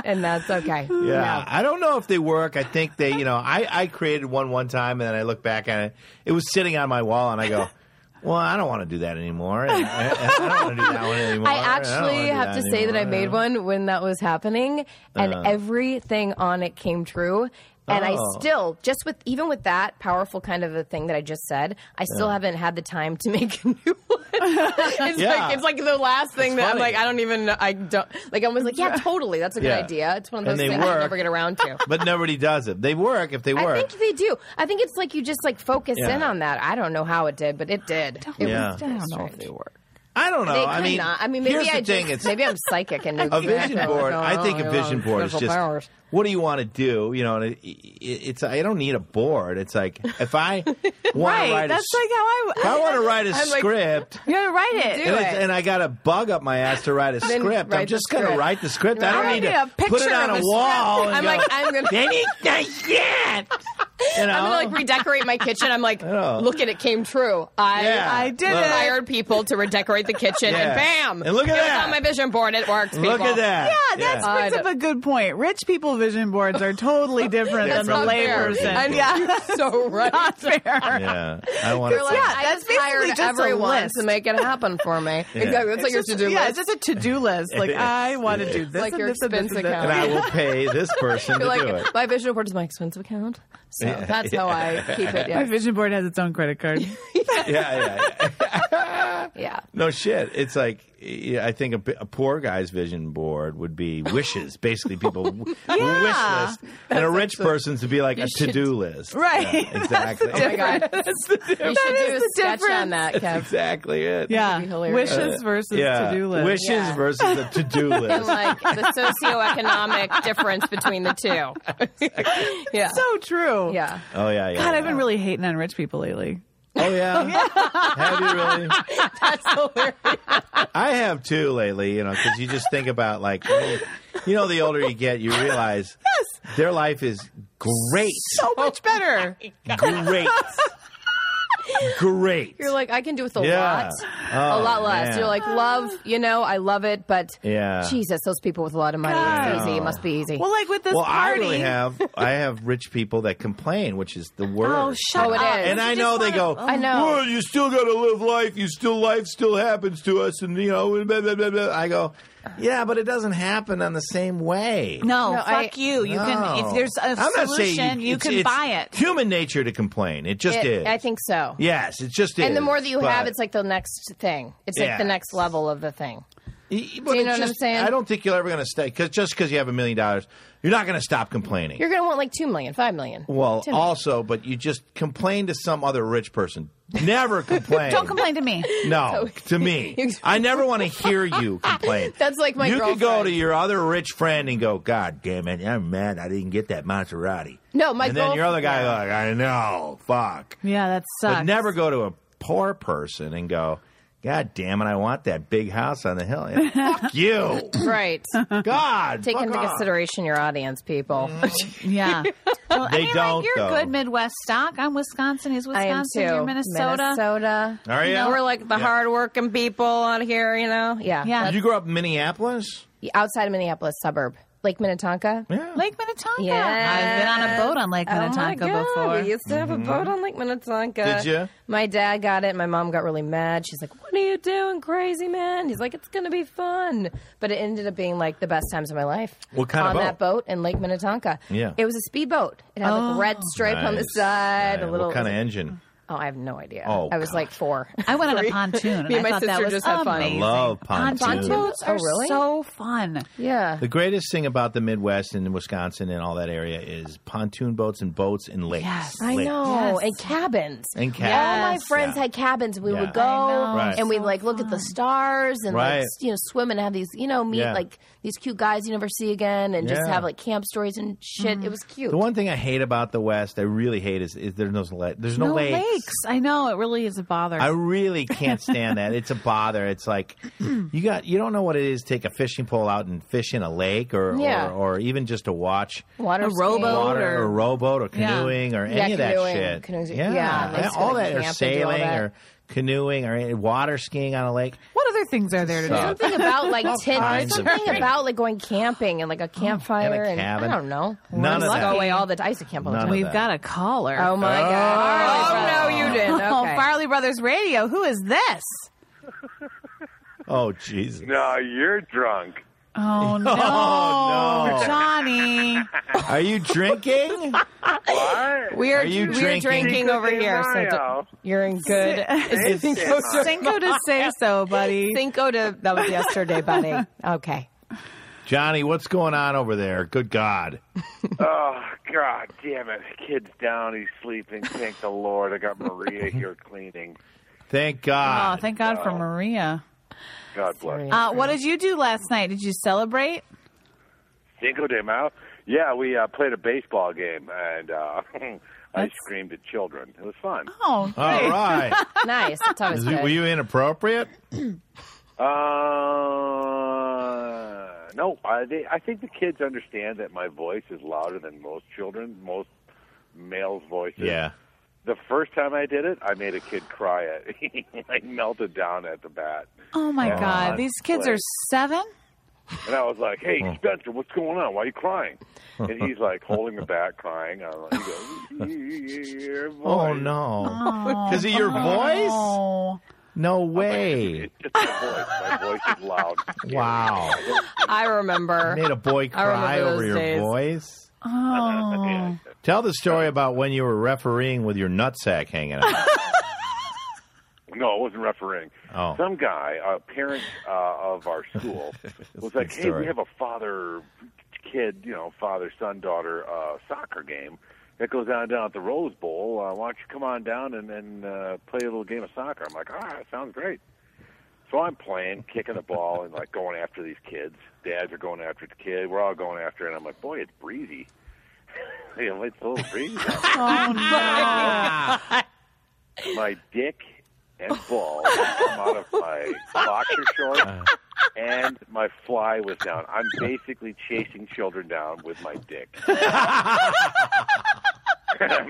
Speaker 3: And that's okay.
Speaker 1: Yeah. I don't know if they work. I think they, you know, I, I created one one time and then I look back at it. It was sitting on my wall and I go, well, I don't want to do that anymore. I, I- I don't want to do that one anymore.
Speaker 3: I
Speaker 1: don't wanna
Speaker 3: actually
Speaker 1: do
Speaker 3: have to say that I
Speaker 1: anymore."
Speaker 3: made one when that was happening, and
Speaker 1: Uh.
Speaker 3: everything on it came true. And
Speaker 1: Oh.
Speaker 3: I still, just with even with that powerful kind of a thing that I just said, I still haven't had the time to make a new one. it's
Speaker 1: Yeah.
Speaker 3: like it's like the last thing that I'm
Speaker 1: funny.
Speaker 3: like, I don't even, I don't like. I was like, yeah, totally, that's a good
Speaker 1: Yeah.
Speaker 3: idea. It's one of
Speaker 1: And
Speaker 3: those
Speaker 1: they
Speaker 3: things
Speaker 1: work.
Speaker 3: I never get around to.
Speaker 1: But nobody does it. They work if they work.
Speaker 3: I think they do. I think it's like you just like focus
Speaker 1: Yeah.
Speaker 3: in on that. I don't know how it did, but it did. It
Speaker 1: Yeah.
Speaker 2: I don't know if they work.
Speaker 1: I don't know.
Speaker 3: They could
Speaker 1: I mean,
Speaker 3: not. I mean,
Speaker 1: here's
Speaker 3: maybe I
Speaker 1: the thing.
Speaker 3: just,
Speaker 1: It's
Speaker 3: maybe I'm psychic and
Speaker 1: a vision board. I think a vision board is just what do you want to do? You know, and it, it, it's I don't need a board. It's like if I want to
Speaker 2: Right.
Speaker 1: write
Speaker 2: That's
Speaker 1: a,
Speaker 2: like how I.
Speaker 1: if I want to write a
Speaker 3: I'm like-
Speaker 1: script.
Speaker 2: you gotta write it.
Speaker 3: Do
Speaker 1: and, it's-
Speaker 3: it.
Speaker 1: and I got a bug up my ass to write a script. I'm
Speaker 3: write the
Speaker 1: just going to
Speaker 3: script.
Speaker 1: write the script. I don't
Speaker 2: I
Speaker 1: need
Speaker 2: need
Speaker 1: to
Speaker 2: a
Speaker 1: put it
Speaker 2: picture
Speaker 1: on
Speaker 2: of
Speaker 1: a
Speaker 2: the
Speaker 1: wall.
Speaker 3: I'm
Speaker 1: And
Speaker 3: like,
Speaker 1: go,
Speaker 3: I'm gonna,
Speaker 1: they need that shit. You know?
Speaker 3: I'm gonna like redecorate my kitchen. I'm like, look at it came true. I
Speaker 1: Yeah.
Speaker 3: I
Speaker 2: did
Speaker 1: Look.
Speaker 2: it.
Speaker 3: hired people to redecorate the kitchen,
Speaker 1: Yeah.
Speaker 3: and bam!
Speaker 1: And look at
Speaker 3: it was
Speaker 1: that.
Speaker 3: on my vision board. It works.
Speaker 1: Look
Speaker 3: people.
Speaker 1: at that.
Speaker 2: Yeah, that
Speaker 3: Yeah.
Speaker 2: brings up
Speaker 3: God.
Speaker 2: a good point. Rich people vision boards are totally different
Speaker 1: That's
Speaker 2: than the
Speaker 1: not fair.
Speaker 2: layperson.
Speaker 1: And
Speaker 2: yeah,
Speaker 3: so right.
Speaker 2: not fair.
Speaker 1: Yeah. I want
Speaker 3: You're like,
Speaker 1: to.
Speaker 3: I
Speaker 2: that's
Speaker 3: just hired
Speaker 2: basically just a
Speaker 3: everyone
Speaker 2: list.
Speaker 3: to make it happen for me. Exactly. That's like your
Speaker 2: It's just-
Speaker 3: to-do
Speaker 2: yeah,
Speaker 3: list.
Speaker 2: it's just a to-do list. Like I want to do this,
Speaker 3: like
Speaker 2: and
Speaker 3: your
Speaker 2: this and this and
Speaker 3: expense
Speaker 2: this.
Speaker 1: And I will pay this person to
Speaker 3: You're
Speaker 1: do it.
Speaker 3: like, my vision board is my expense account. So that's how I keep it.
Speaker 2: My
Speaker 3: Yeah.
Speaker 2: vision board has its own credit card.
Speaker 1: yeah, yeah.
Speaker 3: yeah.
Speaker 1: No shit. It's like yeah, I think a, bi- a poor guy's vision board would be wishes, basically people w-
Speaker 2: Yeah.
Speaker 1: wish list, and a rich person's would be like a to do list,
Speaker 2: Right.
Speaker 1: Yeah, exactly.
Speaker 3: Oh my god.
Speaker 2: That's the
Speaker 3: You
Speaker 2: difference.
Speaker 3: should
Speaker 2: That
Speaker 3: do a
Speaker 2: is the
Speaker 3: sketch on
Speaker 2: difference.
Speaker 3: that, Kev.
Speaker 1: exactly it.
Speaker 2: Yeah,
Speaker 3: be hilarious.
Speaker 2: wishes versus
Speaker 1: Yeah.
Speaker 2: to-do list.
Speaker 1: Wishes
Speaker 3: Yeah.
Speaker 1: versus a to do
Speaker 3: And
Speaker 1: list.
Speaker 3: like the socioeconomic difference between the two. yeah.
Speaker 2: so true.
Speaker 3: yeah.
Speaker 1: Oh yeah, yeah.
Speaker 2: God, I've been really hating on rich people lately.
Speaker 1: Oh yeah. have you really?
Speaker 3: That's hilarious.
Speaker 1: I have too lately. You know, because you just think about like, you know, the older you get, you realize their life is great,
Speaker 2: So
Speaker 3: Oh
Speaker 2: much better.
Speaker 1: great, great.
Speaker 3: You're like, I can do with a
Speaker 1: Yeah.
Speaker 3: lot.
Speaker 1: Oh,
Speaker 3: a lot less.
Speaker 1: man.
Speaker 3: You're like, love, you know, I love it, but
Speaker 1: Yeah.
Speaker 3: Jesus, those people with a lot of money,
Speaker 2: God.
Speaker 3: it's easy. It must be easy.
Speaker 2: Well, like with this
Speaker 1: Well, I
Speaker 2: party.
Speaker 1: really have. I have rich people that complain, which is the worst.
Speaker 2: oh, shut
Speaker 3: Oh, it
Speaker 2: up.
Speaker 3: is.
Speaker 1: and
Speaker 2: You
Speaker 1: I
Speaker 2: just
Speaker 1: know they go.
Speaker 2: wanna-
Speaker 3: I know.
Speaker 1: Well, you still got to live life. You still life still happens to us, and you know. and Blah, blah, blah, blah. I go. Yeah, but it doesn't happen on the same way.
Speaker 2: No,
Speaker 3: No,
Speaker 2: fuck
Speaker 3: I-
Speaker 2: you. You can
Speaker 1: No.
Speaker 2: if there's a
Speaker 1: I'm not saying
Speaker 2: solution, you
Speaker 1: it's-
Speaker 2: can
Speaker 1: it's
Speaker 2: buy it.
Speaker 1: Human nature to complain. It just
Speaker 3: It-
Speaker 1: is.
Speaker 3: I think so.
Speaker 1: Yes, it just is.
Speaker 3: And the more that you
Speaker 1: but-
Speaker 3: have, it's like the next thing. It's like
Speaker 1: Yes.
Speaker 3: the next level of the thing.
Speaker 1: You
Speaker 3: know what I'm saying?
Speaker 1: I don't think you're ever going to stay because just because you have a million dollars, you're not going to stop complaining.
Speaker 3: You're going to want like two million, five million.
Speaker 1: well,
Speaker 3: 10 million.
Speaker 1: also, but you just complain to some other rich person. Never complain.
Speaker 2: Don't complain to me.
Speaker 1: No, to me, I never want to hear you complain.
Speaker 3: That's like my
Speaker 1: You could go
Speaker 3: girlfriend.
Speaker 1: to your other rich friend and go, "God damn it, I'm mad. I didn't get that Maserati."
Speaker 3: No, my
Speaker 1: and then your
Speaker 3: girlf-
Speaker 1: other guy like, "I know, fuck."
Speaker 2: Yeah, that sucks.
Speaker 1: But never go to a poor person and go, God damn it, I want that big house on the hill. Yeah, Fuck you.
Speaker 3: right.
Speaker 1: God.
Speaker 3: Take
Speaker 1: fuck
Speaker 3: into
Speaker 1: off. Mm-hmm.
Speaker 3: consideration your audience, people.
Speaker 2: Yeah. Well,
Speaker 1: They
Speaker 2: I mean,
Speaker 1: don't,
Speaker 2: Like, you're
Speaker 1: though.
Speaker 2: good Midwest stock. I'm Wisconsin. He's
Speaker 3: I am
Speaker 2: Wisconsin.
Speaker 3: too.
Speaker 2: You're Minnesota.
Speaker 3: Minnesota.
Speaker 1: Are
Speaker 3: You know,
Speaker 1: ya?
Speaker 3: we're like the
Speaker 1: Yeah.
Speaker 3: hardworking people out here, you know? Yeah.
Speaker 2: Yeah.
Speaker 1: Did you grow up in Minneapolis?
Speaker 3: Like, outside of Minneapolis suburb, Lake Minnetonka.
Speaker 1: Yeah.
Speaker 2: Lake Minnetonka. I've
Speaker 3: Yes.
Speaker 2: been on a boat on Lake
Speaker 3: Oh my
Speaker 2: Minnetonka
Speaker 3: God,
Speaker 2: before.
Speaker 3: We used to have a boat on Lake Minnetonka.
Speaker 1: Mm-hmm. Did ya?
Speaker 3: My dad got it. My mom got really mad. She's like, "What are you doing, crazy man?" He's like, "It's gonna be fun." But it ended up being like the best times of my life.
Speaker 1: What kind
Speaker 3: on
Speaker 1: of
Speaker 3: that boat in Lake Minnetonka?
Speaker 1: Yeah.
Speaker 3: it was a speedboat. It had like red stripe on the
Speaker 1: Nice.
Speaker 3: side.
Speaker 1: Yeah,
Speaker 3: A little
Speaker 1: What kind of engine?
Speaker 3: Oh, I have no idea.
Speaker 1: Oh,
Speaker 3: I was
Speaker 1: God.
Speaker 3: like four.
Speaker 2: I went on a pontoon.
Speaker 3: Me and
Speaker 2: I
Speaker 3: my
Speaker 2: thought that
Speaker 3: sister
Speaker 2: was
Speaker 3: just had fun. I
Speaker 2: amazing.
Speaker 1: love pontoons.
Speaker 2: boats are
Speaker 3: Oh, really?
Speaker 2: so fun.
Speaker 3: yeah.
Speaker 1: The greatest thing about the Midwest and Wisconsin and all that area is pontoon boats and boats and lakes.
Speaker 2: Yes.
Speaker 3: I
Speaker 1: Lakes.
Speaker 3: know.
Speaker 2: Yes.
Speaker 3: And cabins.
Speaker 1: And
Speaker 3: All my
Speaker 1: cabins.
Speaker 3: friends
Speaker 1: Yeah.
Speaker 3: had cabins. We
Speaker 1: Yeah.
Speaker 3: would go
Speaker 2: I know.
Speaker 1: Right.
Speaker 3: and we'd
Speaker 2: So
Speaker 3: like look at the stars and
Speaker 1: Right.
Speaker 3: like s- you know swim and have these you know meet
Speaker 1: Yeah.
Speaker 3: like these cute guys you never see again and just
Speaker 1: Yeah.
Speaker 3: have like camp stories and shit. It was cute.
Speaker 1: The one thing I hate about the West, I really hate, is, is there's no, la- there's no,
Speaker 2: No lakes. I know. It really is a bother.
Speaker 1: I really can't stand that. It's a bother. It's like you got you don't know what it is to take a fishing pole out and fish in a lake or
Speaker 3: Yeah.
Speaker 1: or, or even just to watch
Speaker 2: A
Speaker 3: Water skiing.
Speaker 2: rowboat.
Speaker 1: water or,
Speaker 2: or-
Speaker 1: rowboat or
Speaker 2: Yeah.
Speaker 1: canoeing or
Speaker 3: Yeah,
Speaker 1: any of that
Speaker 3: canoeing.
Speaker 1: shit.
Speaker 3: Canoes-
Speaker 1: yeah,
Speaker 3: yeah,
Speaker 1: that-
Speaker 3: let's go
Speaker 1: all
Speaker 3: to
Speaker 1: that or
Speaker 3: camp and do all
Speaker 1: sailing
Speaker 3: that.
Speaker 1: or canoeing or any- water skiing on a lake.
Speaker 2: what other things are there to
Speaker 1: Sucks.
Speaker 2: do?
Speaker 3: Something about like tin,
Speaker 1: kinds of
Speaker 3: something
Speaker 1: things. Oh,
Speaker 3: about like going camping and like a campfire and,
Speaker 1: cabin.
Speaker 3: I don't know.
Speaker 1: None
Speaker 3: I
Speaker 1: of
Speaker 3: used to
Speaker 1: that.
Speaker 3: go away all the time. I used to camp all the
Speaker 1: None
Speaker 3: time.
Speaker 1: of
Speaker 2: We've
Speaker 1: that.
Speaker 2: got a caller.
Speaker 3: Oh my god! Oh no, you didn't.
Speaker 2: Oh,
Speaker 3: Okay.
Speaker 2: Farley Brothers Radio. Who is this?
Speaker 1: Oh Jesus.
Speaker 4: No, you're drunk.
Speaker 2: Oh no,
Speaker 1: no.
Speaker 2: Johnny!
Speaker 1: Are you drinking?
Speaker 4: What?
Speaker 3: We are,
Speaker 1: Are you
Speaker 3: we
Speaker 1: drinking?
Speaker 3: are drinking over
Speaker 4: Cinco de
Speaker 3: here, so
Speaker 4: Mayo.
Speaker 3: d- you're in good. Cinco de-
Speaker 2: Cinco de Seso, buddy.
Speaker 3: Cinco de that was yesterday, buddy. Okay.
Speaker 1: Johnny, what's going on over there? Good God.
Speaker 4: Oh God, damn it! Kid's down. He's sleeping. Thank the Lord. I got Maria here cleaning.
Speaker 1: Thank
Speaker 2: Oh,
Speaker 1: God.
Speaker 2: thank God for Maria.
Speaker 4: God bless.
Speaker 2: Uh, what did you do last night? Did you celebrate?
Speaker 4: Cinco de Mayo. Yeah, we uh, played a baseball game, and uh, I
Speaker 2: That's-
Speaker 4: screamed at children. It was fun.
Speaker 2: Oh,
Speaker 1: all right.
Speaker 3: Nice. That's always
Speaker 1: Is-
Speaker 3: good.
Speaker 1: were you inappropriate?
Speaker 4: Uh, no, I, they, I think the kids understand that my voice is louder than most children, most males' voices.
Speaker 1: Yeah.
Speaker 4: The first time I did it, I made a kid cry. At, he like melted down at the bat,
Speaker 2: oh my God! These kids are seven.
Speaker 4: and I was like, "Hey, Spencer, what's going on? Why are you crying?" And he's like holding the bat, crying. I'm like, he goes, "Your
Speaker 1: Oh
Speaker 4: voice."
Speaker 1: no. Because of your voice?
Speaker 2: Oh,
Speaker 1: No way.
Speaker 4: It's just my voice. My voice is loud.
Speaker 1: Wow.
Speaker 3: I remember.
Speaker 1: Made a boy cry
Speaker 3: remember
Speaker 1: over
Speaker 3: those
Speaker 1: your
Speaker 3: days.
Speaker 1: voice.
Speaker 4: Yeah.
Speaker 2: oh.
Speaker 1: Tell the story about when you were refereeing with your nutsack hanging out.
Speaker 4: No, it wasn't refereeing.
Speaker 1: Oh.
Speaker 4: Some guy, a parent uh, of our school, was like,
Speaker 1: Good
Speaker 4: "Hey,
Speaker 1: story.
Speaker 4: we have a father, kid, you know, father son daughter uh, soccer game that goes on down at the Rose Bowl. Uh, why don't you come on down and and uh, play a little game of soccer?" I'm like, "All right, sounds great." So I'm playing, kicking the ball, and like going after these kids. Dads are going after the kid. We're all going after, it. and I'm like, "Boy, it's breezy." you know, it's a little breezy.
Speaker 1: Ah.
Speaker 4: my dick and ball come out of my boxer shorts, and my fly was down. I'm basically chasing children down with my dick. I'm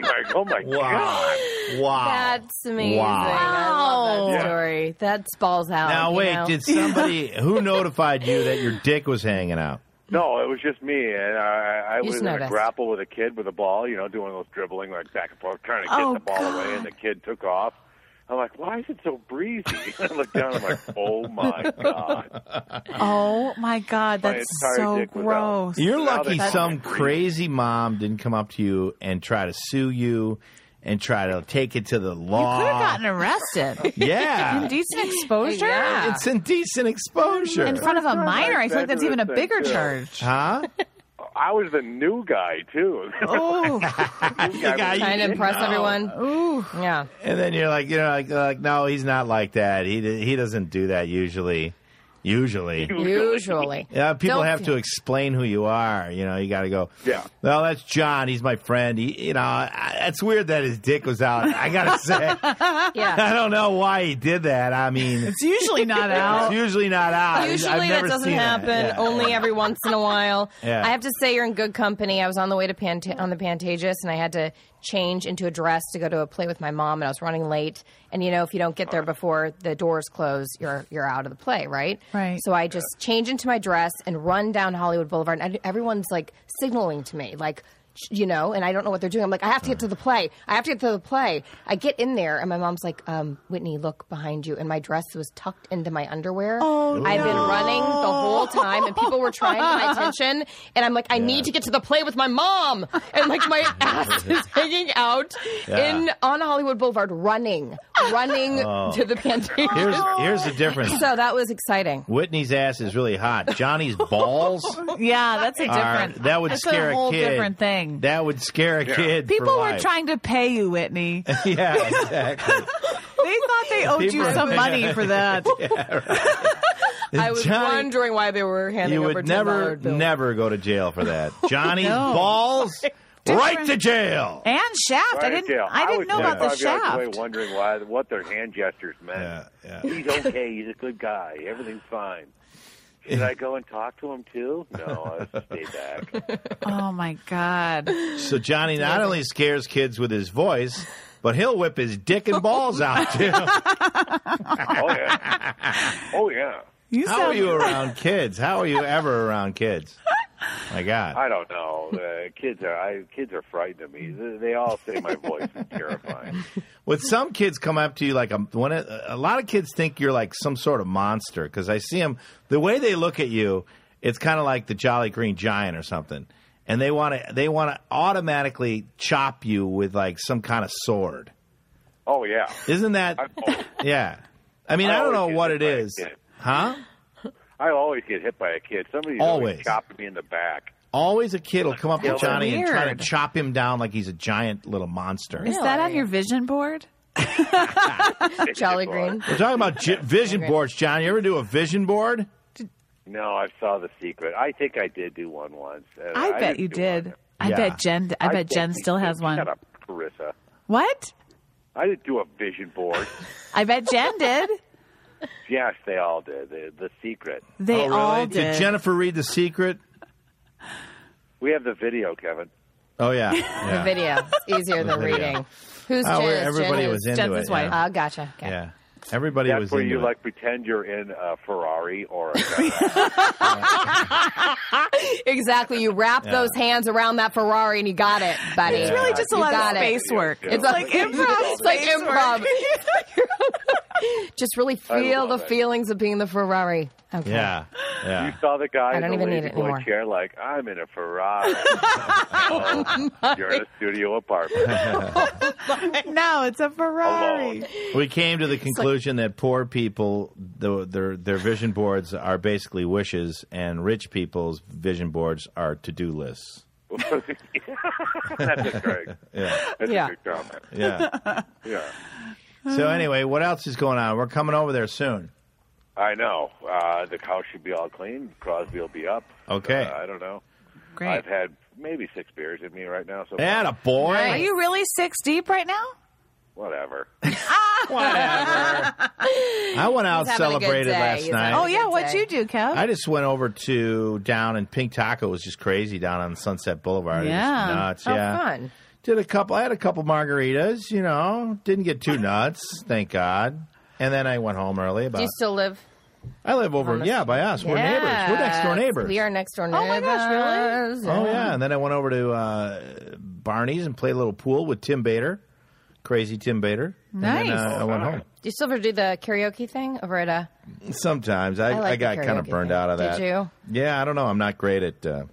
Speaker 4: like, oh my god!
Speaker 1: Wow. Wow.
Speaker 3: That's amazing. I
Speaker 2: Wow.
Speaker 3: love that story. That spalls out.
Speaker 1: Now
Speaker 3: you
Speaker 1: wait,
Speaker 3: know?
Speaker 1: did somebody who notified you that your dick was hanging out?
Speaker 4: No, it was just me, and I, I
Speaker 3: You
Speaker 4: was
Speaker 3: just
Speaker 4: in a
Speaker 3: noticed.
Speaker 4: grapple with a kid with a ball, you know, doing those dribbling like back and forth, trying to get
Speaker 2: Oh,
Speaker 4: the ball away, and the kid took off. I'm like, why is it so breezy? I look down, I'm like, oh my god!
Speaker 2: Oh my God!
Speaker 4: My
Speaker 2: That's
Speaker 4: entire
Speaker 2: so
Speaker 4: dick was out.
Speaker 2: gross.
Speaker 1: You're
Speaker 4: Now
Speaker 1: lucky
Speaker 4: they-
Speaker 1: some crazy mom didn't come up to you and try to sue you and try to take it to the
Speaker 2: You
Speaker 1: law.
Speaker 2: could have gotten arrested.
Speaker 1: yeah.
Speaker 2: Indecent exposure?
Speaker 3: Yeah.
Speaker 1: It's indecent exposure.
Speaker 2: In front of a minor. I feel like that's even a bigger
Speaker 4: Yeah.
Speaker 2: charge.
Speaker 1: huh?
Speaker 4: I was the new guy too.
Speaker 2: Oh,
Speaker 1: The guy you
Speaker 3: Trying to
Speaker 1: didn't
Speaker 3: impress
Speaker 1: know.
Speaker 3: everyone.
Speaker 2: ooh.
Speaker 3: Yeah.
Speaker 1: And then you're like, you know, like, like no, he's not like that. He he doesn't do that usually. Usually.
Speaker 3: Usually.
Speaker 1: Yeah, people
Speaker 3: Don't-
Speaker 1: have to explain who you are. You know, you got to go.
Speaker 4: Yeah.
Speaker 1: Well, that's John. He's my friend. He, you know, I, it's weird that his dick was out. I gotta say,
Speaker 3: Yeah.
Speaker 1: I don't know why he did that. I mean, it's
Speaker 2: It's usually not out.
Speaker 1: usually not out. I've
Speaker 3: Usually that
Speaker 1: never
Speaker 3: doesn't
Speaker 1: seen that.
Speaker 3: happen.
Speaker 1: Yeah.
Speaker 3: Only every once in a while.
Speaker 1: Yeah.
Speaker 3: I have to say you're in good company. I was on the way to Pant- on the Pantages and I had to change into a dress to go to a play with my mom and I was running late. And you know, if you don't get there before the doors close, you're you're out of the play, right?
Speaker 2: Right.
Speaker 3: So I just change into my dress and run down Hollywood Boulevard and I- everyone's like signaling to me like sh- you know, and I don't know what they're doing. I'm like, I have to get to the play. I have to get to the play. I get in there, and my mom's like, um, Whitney, look behind you. And my dress was tucked into my underwear.
Speaker 2: Oh,
Speaker 3: I've been running the whole time, and people were trying my attention. And I'm like, I need to get to the play with my mom. And like, my ass is hanging out
Speaker 1: Yeah.
Speaker 3: in on Hollywood Boulevard, running, running to the
Speaker 1: Oh.
Speaker 2: Oh,
Speaker 1: Here's
Speaker 3: Pantages.
Speaker 1: here's the difference.
Speaker 3: So that was exciting.
Speaker 1: Whitney's ass is really hot. Johnny's balls.
Speaker 2: Yeah, that's a
Speaker 1: are-
Speaker 2: different.
Speaker 1: that would
Speaker 2: that's
Speaker 1: scare
Speaker 2: a whole
Speaker 1: kid.
Speaker 2: different thing.
Speaker 1: That would scare a kid. for
Speaker 2: People were
Speaker 1: life.
Speaker 2: trying to pay you, Whitney. They
Speaker 1: Yeah, exactly.
Speaker 2: thought they owed you
Speaker 1: People-
Speaker 2: some money for that.
Speaker 3: I was
Speaker 1: Johnny-
Speaker 3: wondering why they were handing
Speaker 1: You
Speaker 3: over
Speaker 1: would
Speaker 3: $10
Speaker 1: never,
Speaker 3: bills.
Speaker 1: never go to jail for that. Johnny's
Speaker 2: No.
Speaker 1: balls, right
Speaker 2: Different-
Speaker 1: to jail.
Speaker 2: And shaft. I
Speaker 4: Right,
Speaker 2: didn't.
Speaker 4: yeah.
Speaker 2: I
Speaker 4: was
Speaker 2: didn't know about the
Speaker 4: 25 yards away
Speaker 2: shaft.
Speaker 4: wondering why, what their hand gestures meant.
Speaker 1: Yeah, yeah.
Speaker 4: He's okay. He's a good guy. Everything's fine. Should I go and talk to him too? No, I stay back.
Speaker 2: Oh my god.
Speaker 1: So Johnny not only scares kids with his voice, but he'll whip his dick and balls out too.
Speaker 4: Oh yeah. Oh yeah.
Speaker 2: You
Speaker 1: How are
Speaker 2: sound.
Speaker 1: you around kids? How are you ever around kids? My God.
Speaker 4: I don't know. Uh, kids are I, kids are frightened of me. They- They all say my voice is terrifying.
Speaker 1: With some kids come up to you like a, one, a lot of kids think you're like some sort of monster because I see them the way they look at you. It's kind of like the Jolly Green Giant or something, and they want to they want to automatically chop you with like some kind of sword.
Speaker 4: Oh yeah.
Speaker 1: Isn't that?
Speaker 4: I, oh,
Speaker 1: Yeah. I mean, I,
Speaker 4: I
Speaker 1: don't know
Speaker 4: always get
Speaker 1: what it
Speaker 4: hit by a
Speaker 1: is.
Speaker 4: kid.
Speaker 1: Huh?
Speaker 4: I always get hit by a kid. Somebody's
Speaker 1: Always.
Speaker 4: always chopping me in the back.
Speaker 1: Always a kid will come up to
Speaker 4: That's
Speaker 1: Johnny and try to
Speaker 2: weird.
Speaker 1: chop him down like he's a giant little monster.
Speaker 2: Is that on your vision board?
Speaker 3: Jolly Green.
Speaker 1: We're talking about j- vision boards, John. You ever do a vision board?
Speaker 4: No, I saw the secret. I think I did do one once. Uh,
Speaker 2: I, bet
Speaker 4: didn't
Speaker 2: you
Speaker 4: do
Speaker 2: did.
Speaker 4: one.
Speaker 2: I
Speaker 1: Yeah.
Speaker 2: bet Jen. I, bet Jen
Speaker 4: definitely
Speaker 2: still
Speaker 4: did.
Speaker 2: has one.
Speaker 4: Shut up, Carissa.
Speaker 2: What?
Speaker 4: I didn't do a vision board.
Speaker 2: I bet Jen did.
Speaker 4: yes, they all did. The, the secret.
Speaker 2: They
Speaker 1: oh, really?
Speaker 2: all
Speaker 1: did.
Speaker 2: did.
Speaker 1: Jennifer read The Secret?
Speaker 4: We have the video, Kevin.
Speaker 1: Oh, yeah. yeah.
Speaker 3: The video. It's easier than
Speaker 1: video.
Speaker 3: reading. Who's
Speaker 1: Oh,
Speaker 3: Jen?
Speaker 1: everybody was into
Speaker 2: Jen's
Speaker 1: it.
Speaker 2: wife.
Speaker 1: Yeah.
Speaker 3: Oh, gotcha. Okay.
Speaker 1: Yeah. Everybody
Speaker 4: That's
Speaker 1: was
Speaker 4: where
Speaker 1: into
Speaker 4: you
Speaker 1: it.
Speaker 4: like pretend you're in a Ferrari or a
Speaker 3: Exactly. You wrap those hands around that Ferrari and you got it, buddy.
Speaker 2: It's really just a lot
Speaker 3: got
Speaker 2: of
Speaker 3: it.
Speaker 2: space work.
Speaker 4: Yeah.
Speaker 2: It's like improv.
Speaker 3: It's like
Speaker 2: space work.
Speaker 3: improv. just really
Speaker 4: I
Speaker 3: feel
Speaker 4: love
Speaker 3: the
Speaker 4: it.
Speaker 3: feelings of being the Ferrari. Okay.
Speaker 1: yeah.
Speaker 4: You
Speaker 1: Yeah.
Speaker 4: saw the guy
Speaker 3: I
Speaker 4: in
Speaker 3: don't
Speaker 4: the
Speaker 3: even need
Speaker 4: lazy
Speaker 3: it
Speaker 4: boy
Speaker 3: anymore.
Speaker 4: chair, like I'm in a Ferrari. Oh, you're in a studio apartment
Speaker 2: No, it's a Ferrari.
Speaker 4: alone.
Speaker 1: We came to the conclusion that poor people, the, their, their vision boards are basically wishes, and rich people's vision boards are to do lists.
Speaker 4: That's a great.
Speaker 1: Yeah.
Speaker 4: That's
Speaker 3: Yeah.
Speaker 4: a good comment.
Speaker 1: Yeah.
Speaker 4: Yeah,
Speaker 1: So anyway, what else is going on? We're coming over there soon.
Speaker 4: I know. Uh, the house should be all clean. Crosby will be up.
Speaker 1: Okay.
Speaker 4: Uh, I don't know.
Speaker 2: Great.
Speaker 4: I've had maybe six beers in me right now. So
Speaker 1: That a boy.
Speaker 2: Are you really six deep right now?
Speaker 4: whatever.
Speaker 1: Whatever. I went out
Speaker 3: having a good
Speaker 1: celebrated
Speaker 3: day.
Speaker 1: last
Speaker 3: He's
Speaker 1: night.
Speaker 3: having
Speaker 2: Oh yeah, what'd
Speaker 3: say.
Speaker 2: you do, Kev?
Speaker 1: I just went over to down and Pink Taco was just crazy down on Sunset Boulevard. It was
Speaker 2: Yeah.
Speaker 1: nuts.
Speaker 3: Oh,
Speaker 1: yeah,
Speaker 3: fun.
Speaker 1: did a couple. I had a couple margaritas. You know, didn't get too nuts. Thank God. And then I went home early. About
Speaker 3: Do you still live?
Speaker 1: I live over
Speaker 3: Almost-
Speaker 1: yeah by us. We're neighbors. We're next door
Speaker 3: Yes,
Speaker 1: neighbors.
Speaker 3: We are next door neighbors.
Speaker 2: my gosh, really?
Speaker 1: Oh yeah, and then I went over to uh, Barney's and played a little pool with Tim Bader, crazy Tim Bader. And then,
Speaker 2: Nice.
Speaker 1: uh, I went home.
Speaker 3: Do you still ever do the karaoke thing over at uh, a?
Speaker 1: Sometimes I, I,
Speaker 3: I like
Speaker 1: got
Speaker 3: the
Speaker 1: kind of
Speaker 3: karaoke
Speaker 1: burned
Speaker 3: thing.
Speaker 1: out of
Speaker 3: Did
Speaker 1: that.
Speaker 3: you?
Speaker 1: Yeah, I don't know. I'm not great at uh,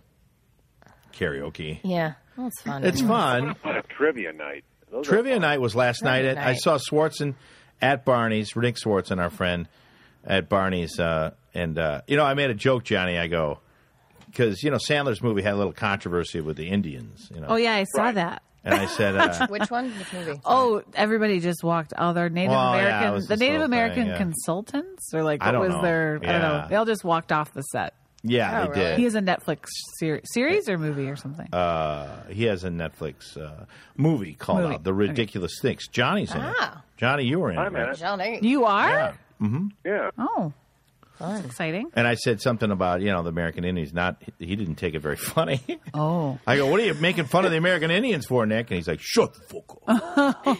Speaker 1: karaoke.
Speaker 3: Yeah, that's fun.
Speaker 1: It's fun.
Speaker 4: What a trivia night. Those are
Speaker 1: Trivia
Speaker 4: fun.
Speaker 1: night was last night.
Speaker 3: Trivia
Speaker 1: At, I
Speaker 3: night.
Speaker 1: saw Swartzen at Barney's, Nick Swartzen, our friend at Barney's. Uh, and, uh, you know, I made a joke, Johnny. I go, because, you know, Sandler's movie had a little controversy with the Indians, you know.
Speaker 2: Oh yeah, I saw
Speaker 4: Right.
Speaker 2: that.
Speaker 1: And I said, uh,
Speaker 3: Which one? Which movie?
Speaker 2: Oh, everybody just walked. Oh, their Native
Speaker 1: Well, yeah, it
Speaker 2: American,
Speaker 1: was
Speaker 2: the
Speaker 1: this
Speaker 2: Native
Speaker 1: whole thing,
Speaker 2: American
Speaker 1: yeah.
Speaker 2: consultants, or like
Speaker 1: I
Speaker 2: what
Speaker 1: don't
Speaker 2: was
Speaker 1: know.
Speaker 2: their? I don't know.
Speaker 1: Yeah.
Speaker 2: They all just walked off the set.
Speaker 1: yeah,
Speaker 3: Oh,
Speaker 1: they
Speaker 3: really?
Speaker 1: did.
Speaker 2: He has a Netflix ser- series or movie or something.
Speaker 1: Uh, he has a Netflix uh, movie called
Speaker 2: Movie.
Speaker 1: out "The Ridiculous Things." Johnny's in it.
Speaker 3: Ah.
Speaker 1: Johnny, you were in
Speaker 4: I'm
Speaker 1: it.
Speaker 4: in
Speaker 1: right?
Speaker 4: it.
Speaker 3: John, there you-
Speaker 2: you are?
Speaker 1: Yeah.
Speaker 4: Yeah.
Speaker 2: Oh, that's exciting.
Speaker 1: And I said something about you know the American Indians. Not he didn't take it very funny.
Speaker 2: Oh,
Speaker 1: I go, what are you making fun of the American Indians for, Nick? And he's like, shut the fuck up.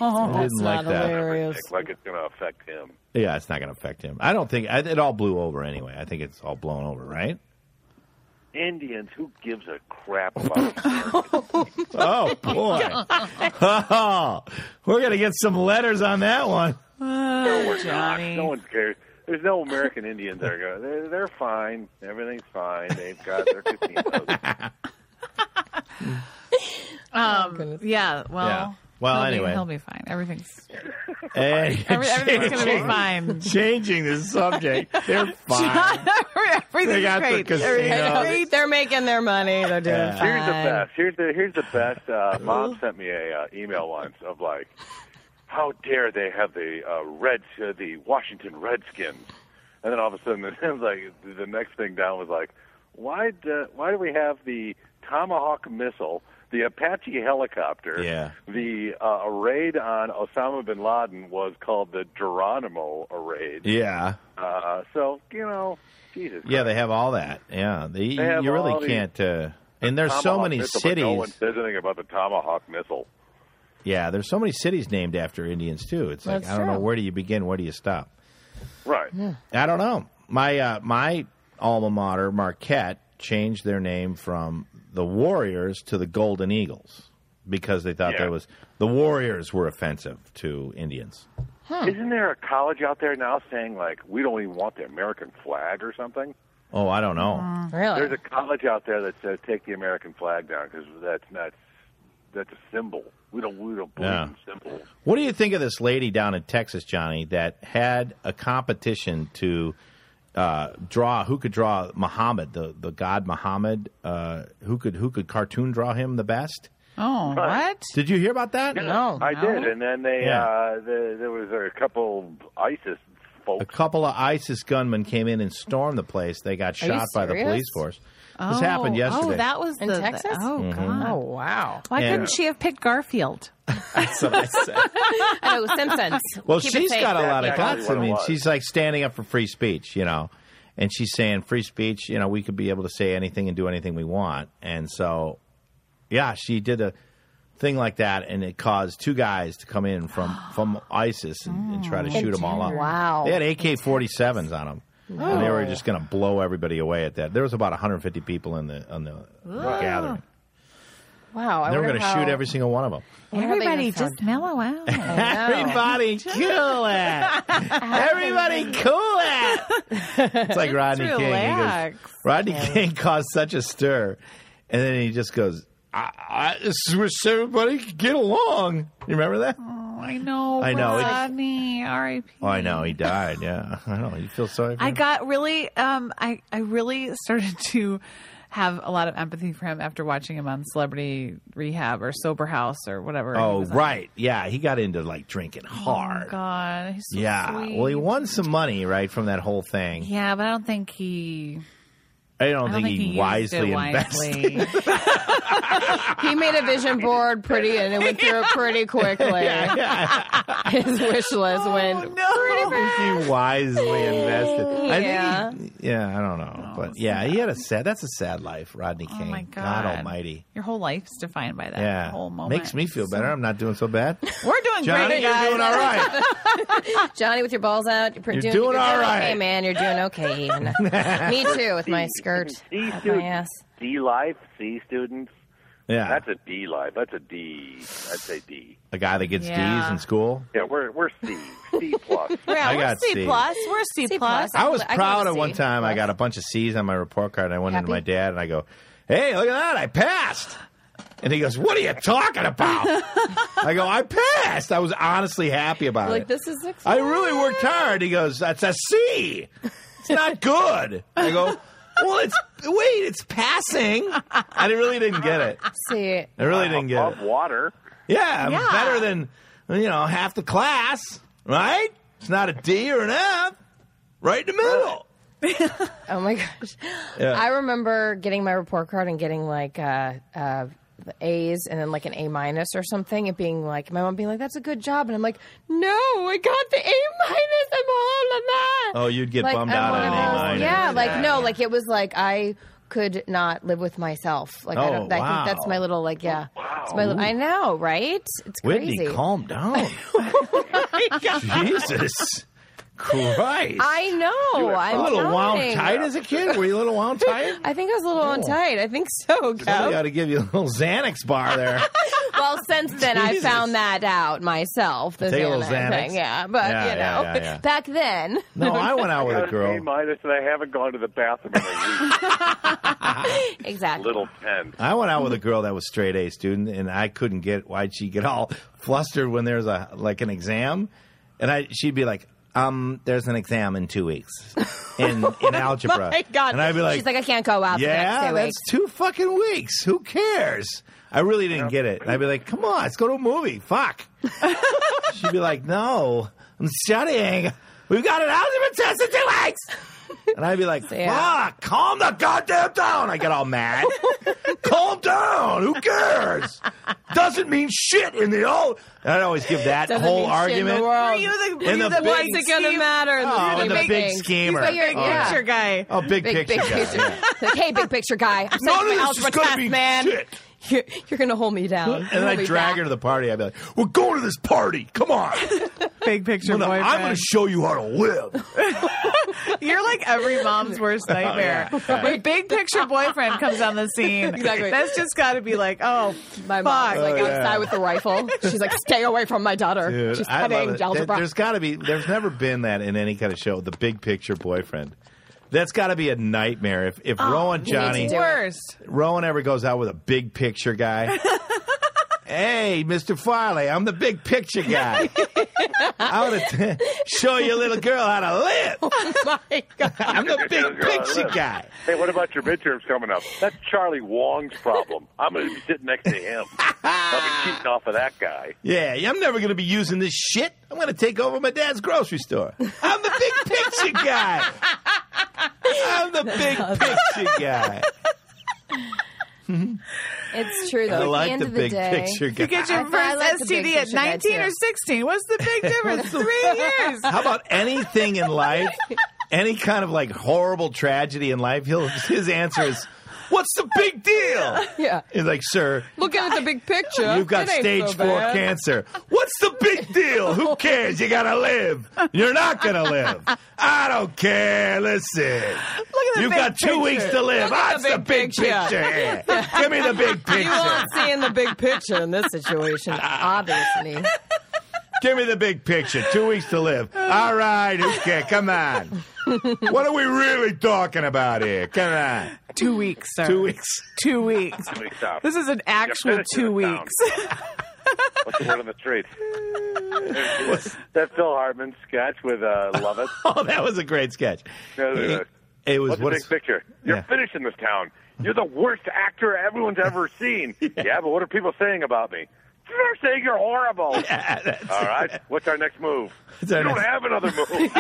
Speaker 2: Oh,
Speaker 1: I didn't like that.
Speaker 4: Act Like it's going to affect him.
Speaker 1: Yeah, it's not going to affect him. I don't think I, it all blew over anyway. I think it's all blown over, right?
Speaker 4: Indians, who gives a crap about
Speaker 1: Oh boy, oh, we're gonna get some letters on that one.
Speaker 2: Oh, Johnny.
Speaker 4: No one cares. There's no American Indians that are going. They're, they're fine. Everything's fine. They've got their casinos.
Speaker 2: yeah. Well.
Speaker 1: Yeah. Well,
Speaker 2: he'll
Speaker 1: anyway.
Speaker 2: be, he'll be fine. Everything's
Speaker 1: Hey,
Speaker 2: every, everything's gonna be fine.
Speaker 1: changing the subject. They're fine.
Speaker 2: everything's
Speaker 1: They got the
Speaker 2: great.
Speaker 1: casino.
Speaker 2: Everything's great.
Speaker 3: They're making their money. They're doing
Speaker 1: Yeah.
Speaker 3: fine.
Speaker 4: Here's the best. Here's the here's the best. Uh, Mom sent me a uh, email once of like, how dare they have the uh, red uh, the Washington Redskins, and then all of a sudden it was like the next thing down was like, why do, why do we have the Tomahawk missile? The Apache helicopter.
Speaker 1: Yeah.
Speaker 4: The uh, raid on Osama bin Laden was called the Geronimo raid.
Speaker 1: yeah.
Speaker 4: Uh, so you know, Jesus.
Speaker 1: Yeah,
Speaker 4: Christ.
Speaker 1: they have all that. Yeah, they,
Speaker 4: have
Speaker 1: you
Speaker 4: all
Speaker 1: really
Speaker 4: these-
Speaker 1: can't. Uh, and there's so
Speaker 4: Tomahawk
Speaker 1: many
Speaker 4: missile, but
Speaker 1: cities.
Speaker 4: No one says anything about the Tomahawk missile.
Speaker 1: yeah, there's so many cities named after Indians too. It's like
Speaker 3: That's
Speaker 1: I don't know
Speaker 3: true.
Speaker 1: where do you begin, where do you stop?
Speaker 4: Right.
Speaker 1: I don't know. My uh, my alma mater, Marquette, changed their name from the Warriors to the Golden Eagles because they thought
Speaker 4: Yeah.
Speaker 1: that was the Warriors were offensive to Indians.
Speaker 4: Isn't there a college out there now saying like we don't even want the American flag or something?
Speaker 1: Oh, I don't know.
Speaker 3: Really?
Speaker 4: There's a college out there that says take the American flag down because that's not that's a symbol. We don't we don't believe
Speaker 1: Yeah.
Speaker 4: in symbols.
Speaker 1: What do you think of this lady down in Texas, Johnny, that had a competition to uh, draw who could draw Muhammad, the, the god Muhammad, uh, who could who could cartoon draw him the best?
Speaker 2: Oh, what?
Speaker 1: Did you hear about that?
Speaker 3: no.
Speaker 4: I
Speaker 2: no.
Speaker 4: did, and then they
Speaker 1: Yeah.
Speaker 4: uh, the, there was a couple ISIS
Speaker 1: A
Speaker 4: folks.
Speaker 1: couple of ISIS gunmen came in and stormed the place. They got
Speaker 3: you
Speaker 1: shot by the
Speaker 3: serious?
Speaker 1: police force. this happened
Speaker 2: Oh,
Speaker 1: yesterday.
Speaker 2: Oh, that was
Speaker 3: In
Speaker 2: the,
Speaker 3: Texas?
Speaker 2: oh
Speaker 3: Oh
Speaker 2: god.
Speaker 3: wow!
Speaker 2: Why
Speaker 1: And-
Speaker 2: couldn't she have picked Garfield?
Speaker 1: That's what I said.
Speaker 3: Oh, Simpsons.
Speaker 1: Well,
Speaker 3: Keep it
Speaker 1: she's
Speaker 3: safe.
Speaker 1: got a lot of
Speaker 4: That's exactly
Speaker 1: guts. I
Speaker 4: what it
Speaker 1: mean,
Speaker 4: was.
Speaker 1: she's like standing up for free speech, you know, and she's saying free speech. You know, we could be able to say anything and do anything we want. And so, yeah, she did a thing like that, and it caused two guys to come in from from ISIS and, and try to shoot them all up.
Speaker 3: Wow.
Speaker 1: they had AK 47s on them. And they were just going to blow everybody away at that. There was about 150 people in the on the gathering.
Speaker 3: Wow! I
Speaker 1: They were
Speaker 3: wonder
Speaker 1: going to shoot
Speaker 3: how-
Speaker 1: every single one of them.
Speaker 3: wonder how they
Speaker 2: Everybody
Speaker 3: even
Speaker 2: just mellow out.
Speaker 1: Everybody cool it. Everybody cool it. It's like Rodney
Speaker 2: Just
Speaker 1: King. He goes,
Speaker 2: relax.
Speaker 1: Rodney King caused such a stir, and then he just goes, I, I, "This is where everybody can get along." You remember that?
Speaker 2: Oh, I know.
Speaker 1: I know, it-
Speaker 2: Rodney, R.I.P.
Speaker 1: Oh, I know he died. Yeah, I know. You feel sorry. For
Speaker 2: I
Speaker 1: him?
Speaker 2: got really, um, I, I really started to have a lot of empathy for him after watching him on Celebrity Rehab or Sober House or whatever. he
Speaker 1: Oh
Speaker 2: was on.
Speaker 1: right, yeah. He got into like drinking
Speaker 2: Oh,
Speaker 1: hard.
Speaker 2: God. He's so
Speaker 1: yeah.
Speaker 2: sweet.
Speaker 1: Well, he won some money right from that whole thing.
Speaker 2: Yeah, but I don't think he.
Speaker 1: I don't,
Speaker 2: I don't
Speaker 1: think, he,
Speaker 2: used it
Speaker 1: wisely invested.
Speaker 2: wisely.
Speaker 3: He made a vision board pretty, and it went through it pretty quickly. His wish list went.
Speaker 1: no. He wisely invested. I
Speaker 3: Yeah.
Speaker 1: think he, yeah, I don't know. but yeah, he had a sad that's a sad life, Rodney King.
Speaker 2: Oh my God.
Speaker 1: almighty.
Speaker 2: Your whole life's defined by that
Speaker 1: Yeah.
Speaker 2: whole moment.
Speaker 1: Makes me feel better. I'm not doing so bad.
Speaker 2: We're doing
Speaker 1: Johnny,
Speaker 2: great,
Speaker 1: you're
Speaker 2: guys.
Speaker 1: doing all right.
Speaker 3: Johnny with your balls out. You're,
Speaker 1: You're
Speaker 3: doing,
Speaker 1: doing all
Speaker 3: Okay,
Speaker 1: right.
Speaker 3: man, you're doing okay. Even me too with my skirt Oh,
Speaker 4: C
Speaker 3: up my ass.
Speaker 4: students, D life, C students.
Speaker 1: Yeah.
Speaker 4: That's a D life. That's a D. I'd say D.
Speaker 1: a guy that gets
Speaker 2: Yeah.
Speaker 1: D's in school.
Speaker 4: Yeah, we're we're C, C plus.
Speaker 2: Yeah,
Speaker 1: I
Speaker 2: we're
Speaker 1: got
Speaker 2: C,
Speaker 1: C.
Speaker 2: plus. We're C,
Speaker 3: C
Speaker 2: plus.
Speaker 3: plus.
Speaker 1: I was
Speaker 3: I got a
Speaker 1: proud of
Speaker 3: C.
Speaker 1: one time I got a bunch of C's on my report card and I went into
Speaker 3: Happy?
Speaker 1: my dad and I go, Hey, look at that, I passed. And he goes, "What are you talking about?" I go, "I passed. I was honestly happy about
Speaker 3: Like
Speaker 1: it.
Speaker 3: this is. Ex-
Speaker 1: I really worked hard." He goes, "That's a C. It's not good." I go, "Well, it's wait, it's passing." I really didn't get it.
Speaker 3: see.
Speaker 1: I really didn't get
Speaker 4: above
Speaker 1: it.
Speaker 4: water.
Speaker 1: Yeah, I'm
Speaker 2: Yeah.
Speaker 1: better than you know half the class, right? It's not a D or an F, right in the middle.
Speaker 3: Oh my gosh.
Speaker 1: Yeah.
Speaker 3: I remember getting my report card and getting like uh, uh, the A's and then like an A minus or something, and being like, my mom being like, "That's a good job," and I'm like, "No, I got the A minus. I'm all on that."
Speaker 1: Oh, you'd get
Speaker 3: Like,
Speaker 1: bummed
Speaker 3: I'm
Speaker 1: out
Speaker 3: one
Speaker 1: at an
Speaker 3: of
Speaker 1: A
Speaker 3: those-
Speaker 1: minus.
Speaker 3: Yeah, like no, like it was like I could not live with myself. Like I
Speaker 1: Oh,
Speaker 3: don't. I
Speaker 1: wow.
Speaker 3: think that's my little like yeah. It's my little, I know, right? It's
Speaker 1: Whitney,
Speaker 3: crazy.
Speaker 1: calm down. Jesus Christ.
Speaker 3: I know. I'm
Speaker 1: a little wound
Speaker 3: dying.
Speaker 1: tight as a kid? Were you a little wound tight?
Speaker 3: I think I was a little on tight. I think so,
Speaker 1: Somebody
Speaker 3: Kev.
Speaker 1: ought to give you a little Xanax bar there.
Speaker 3: Well, since then I
Speaker 1: Jesus.
Speaker 3: found that out myself. The
Speaker 1: Take a little Xanax.
Speaker 3: thing, yeah. But
Speaker 1: Yeah,
Speaker 3: you know,
Speaker 1: yeah, yeah, yeah.
Speaker 3: back then,
Speaker 1: No, I went out with
Speaker 4: Got
Speaker 1: a
Speaker 4: an A
Speaker 1: girl.
Speaker 4: minus, and I haven't gone to the bathroom in a week.
Speaker 3: exactly.
Speaker 4: Little pen.
Speaker 1: I went out with a girl that was straight A student, and I couldn't get why'd she get all flustered when there's a like an exam, and I she'd be like, "Um, there's an exam in two weeks in in algebra,"
Speaker 2: my God.
Speaker 1: and I'd be like,
Speaker 3: She's like, I can't go out.
Speaker 1: Yeah,
Speaker 3: the next two
Speaker 1: that's
Speaker 3: weeks.
Speaker 1: two fucking weeks. Who cares? I really didn't get it. And I'd be like, come on, let's go to a movie. Fuck. She'd be like, no, I'm studying. We've got an algebra test in two weeks. And I'd be like,
Speaker 3: yeah.
Speaker 1: fuck, calm the goddamn down. I get all mad. calm down. Who cares? Doesn't mean shit in the old. And I'd always give that
Speaker 3: Doesn't
Speaker 1: whole
Speaker 3: mean shit in the
Speaker 1: argument.
Speaker 3: world.
Speaker 2: Were you the, were
Speaker 1: And
Speaker 2: you
Speaker 1: the
Speaker 2: the
Speaker 1: big-
Speaker 2: one
Speaker 3: It's gonna matter.
Speaker 1: Oh, and the
Speaker 3: big
Speaker 1: big
Speaker 3: things.
Speaker 1: schemer.
Speaker 3: He's like,
Speaker 1: Oh,
Speaker 3: yeah.
Speaker 2: Picture guy.
Speaker 1: Oh, big,
Speaker 3: Big,
Speaker 1: picture.
Speaker 3: big
Speaker 1: guy,
Speaker 3: picture.
Speaker 1: yeah.
Speaker 3: like, hey, big picture guy, I'm
Speaker 1: None
Speaker 3: sending
Speaker 1: of
Speaker 3: my
Speaker 1: this is
Speaker 3: algebra
Speaker 1: gonna
Speaker 3: test,
Speaker 1: be
Speaker 3: man.
Speaker 1: shit.
Speaker 3: You're, you're gonna hold me down.
Speaker 1: And then I drag her to the party. I'd be like, "We're going to this party. Come on,
Speaker 2: Big picture
Speaker 1: I'm gonna-
Speaker 2: boyfriend.
Speaker 1: I'm going to show you how to live."
Speaker 2: You're like every mom's worst
Speaker 1: Oh,
Speaker 2: nightmare. When big picture boyfriend comes on the scene,
Speaker 3: Exactly.
Speaker 2: that's just got to be like, oh,
Speaker 3: My
Speaker 2: fuck.
Speaker 3: mom's like
Speaker 1: Oh, yeah.
Speaker 3: outside with the rifle. She's like, stay away from my daughter.
Speaker 1: Dude,
Speaker 3: She's
Speaker 1: I love
Speaker 3: studying
Speaker 1: it.
Speaker 3: algebra.
Speaker 1: There- There's got to be. There's never been that in any kind of show. The big picture boyfriend. That's got to be a nightmare. If if Rowan Johnny
Speaker 3: do it.
Speaker 2: worst.
Speaker 1: Rowan ever goes out with a big picture guy. Hey, Mr. Farley, I'm the big picture guy. I want to show you a little girl how to live.
Speaker 3: my God.
Speaker 1: I'm the big picture guy.
Speaker 4: Hey, what about your midterms coming up? That's Charlie Wong's problem. I'm going to be sitting next to him. I'll be cheating off of that guy.
Speaker 1: Yeah, I'm never going to be using this shit. I'm going to take over my dad's grocery store. I'm the big picture guy. I'm the big picture guy.
Speaker 3: It's true though.
Speaker 1: I
Speaker 3: At the
Speaker 1: like
Speaker 3: end
Speaker 1: the
Speaker 3: of the
Speaker 1: big
Speaker 3: day,
Speaker 1: picture guy.
Speaker 2: You get your
Speaker 3: I- I
Speaker 2: first
Speaker 3: like the big
Speaker 2: STD at
Speaker 3: picture guy,
Speaker 2: 19 or
Speaker 3: too.
Speaker 2: 16. What's the big difference? Three years.
Speaker 1: How about anything in life? Any kind of like horrible tragedy in life? He'll his answer is, "What's the big deal?"
Speaker 3: Yeah.
Speaker 1: He's like, "Sir,
Speaker 3: Looking at the big picture,
Speaker 1: You've got
Speaker 3: it ain't
Speaker 1: stage
Speaker 3: so
Speaker 1: four
Speaker 3: bad.
Speaker 1: cancer. What's the big deal? Who cares? You gotta live. You're not gonna live. I don't care. Listen.
Speaker 2: at the
Speaker 1: You've
Speaker 2: big
Speaker 1: got two
Speaker 2: picture.
Speaker 1: weeks to live. Ah, That's the
Speaker 3: big
Speaker 1: big picture.
Speaker 3: picture.
Speaker 1: here. Give me the big
Speaker 3: You
Speaker 1: picture.
Speaker 3: won't see in the big picture in this situation, obviously.
Speaker 1: Give me the big picture. Two weeks to live. All right, who cares? Come on. What are we really talking about here? Come on.
Speaker 2: Two weeks, sir.
Speaker 1: Two weeks.
Speaker 2: Two weeks.
Speaker 4: Two weeks out.
Speaker 2: This is an
Speaker 4: Yeah,
Speaker 2: actual
Speaker 4: finish it
Speaker 2: two
Speaker 4: in town.
Speaker 2: weeks.
Speaker 4: What's the word on the street? that Phil Hartman sketch with uh, Lovett.
Speaker 1: Oh, that was a great sketch.
Speaker 4: Yeah, look at
Speaker 1: It,
Speaker 4: this.
Speaker 1: it was
Speaker 4: What's
Speaker 1: what
Speaker 4: the big picture? You're
Speaker 1: yeah.
Speaker 4: finishing this town. You're the worst actor everyone's ever seen. yeah. but what are people saying about me? They're saying you're horrible.
Speaker 1: Yeah, that's-
Speaker 4: All right. What's our next move?
Speaker 1: What's our
Speaker 4: you
Speaker 1: next-
Speaker 4: don't have another move.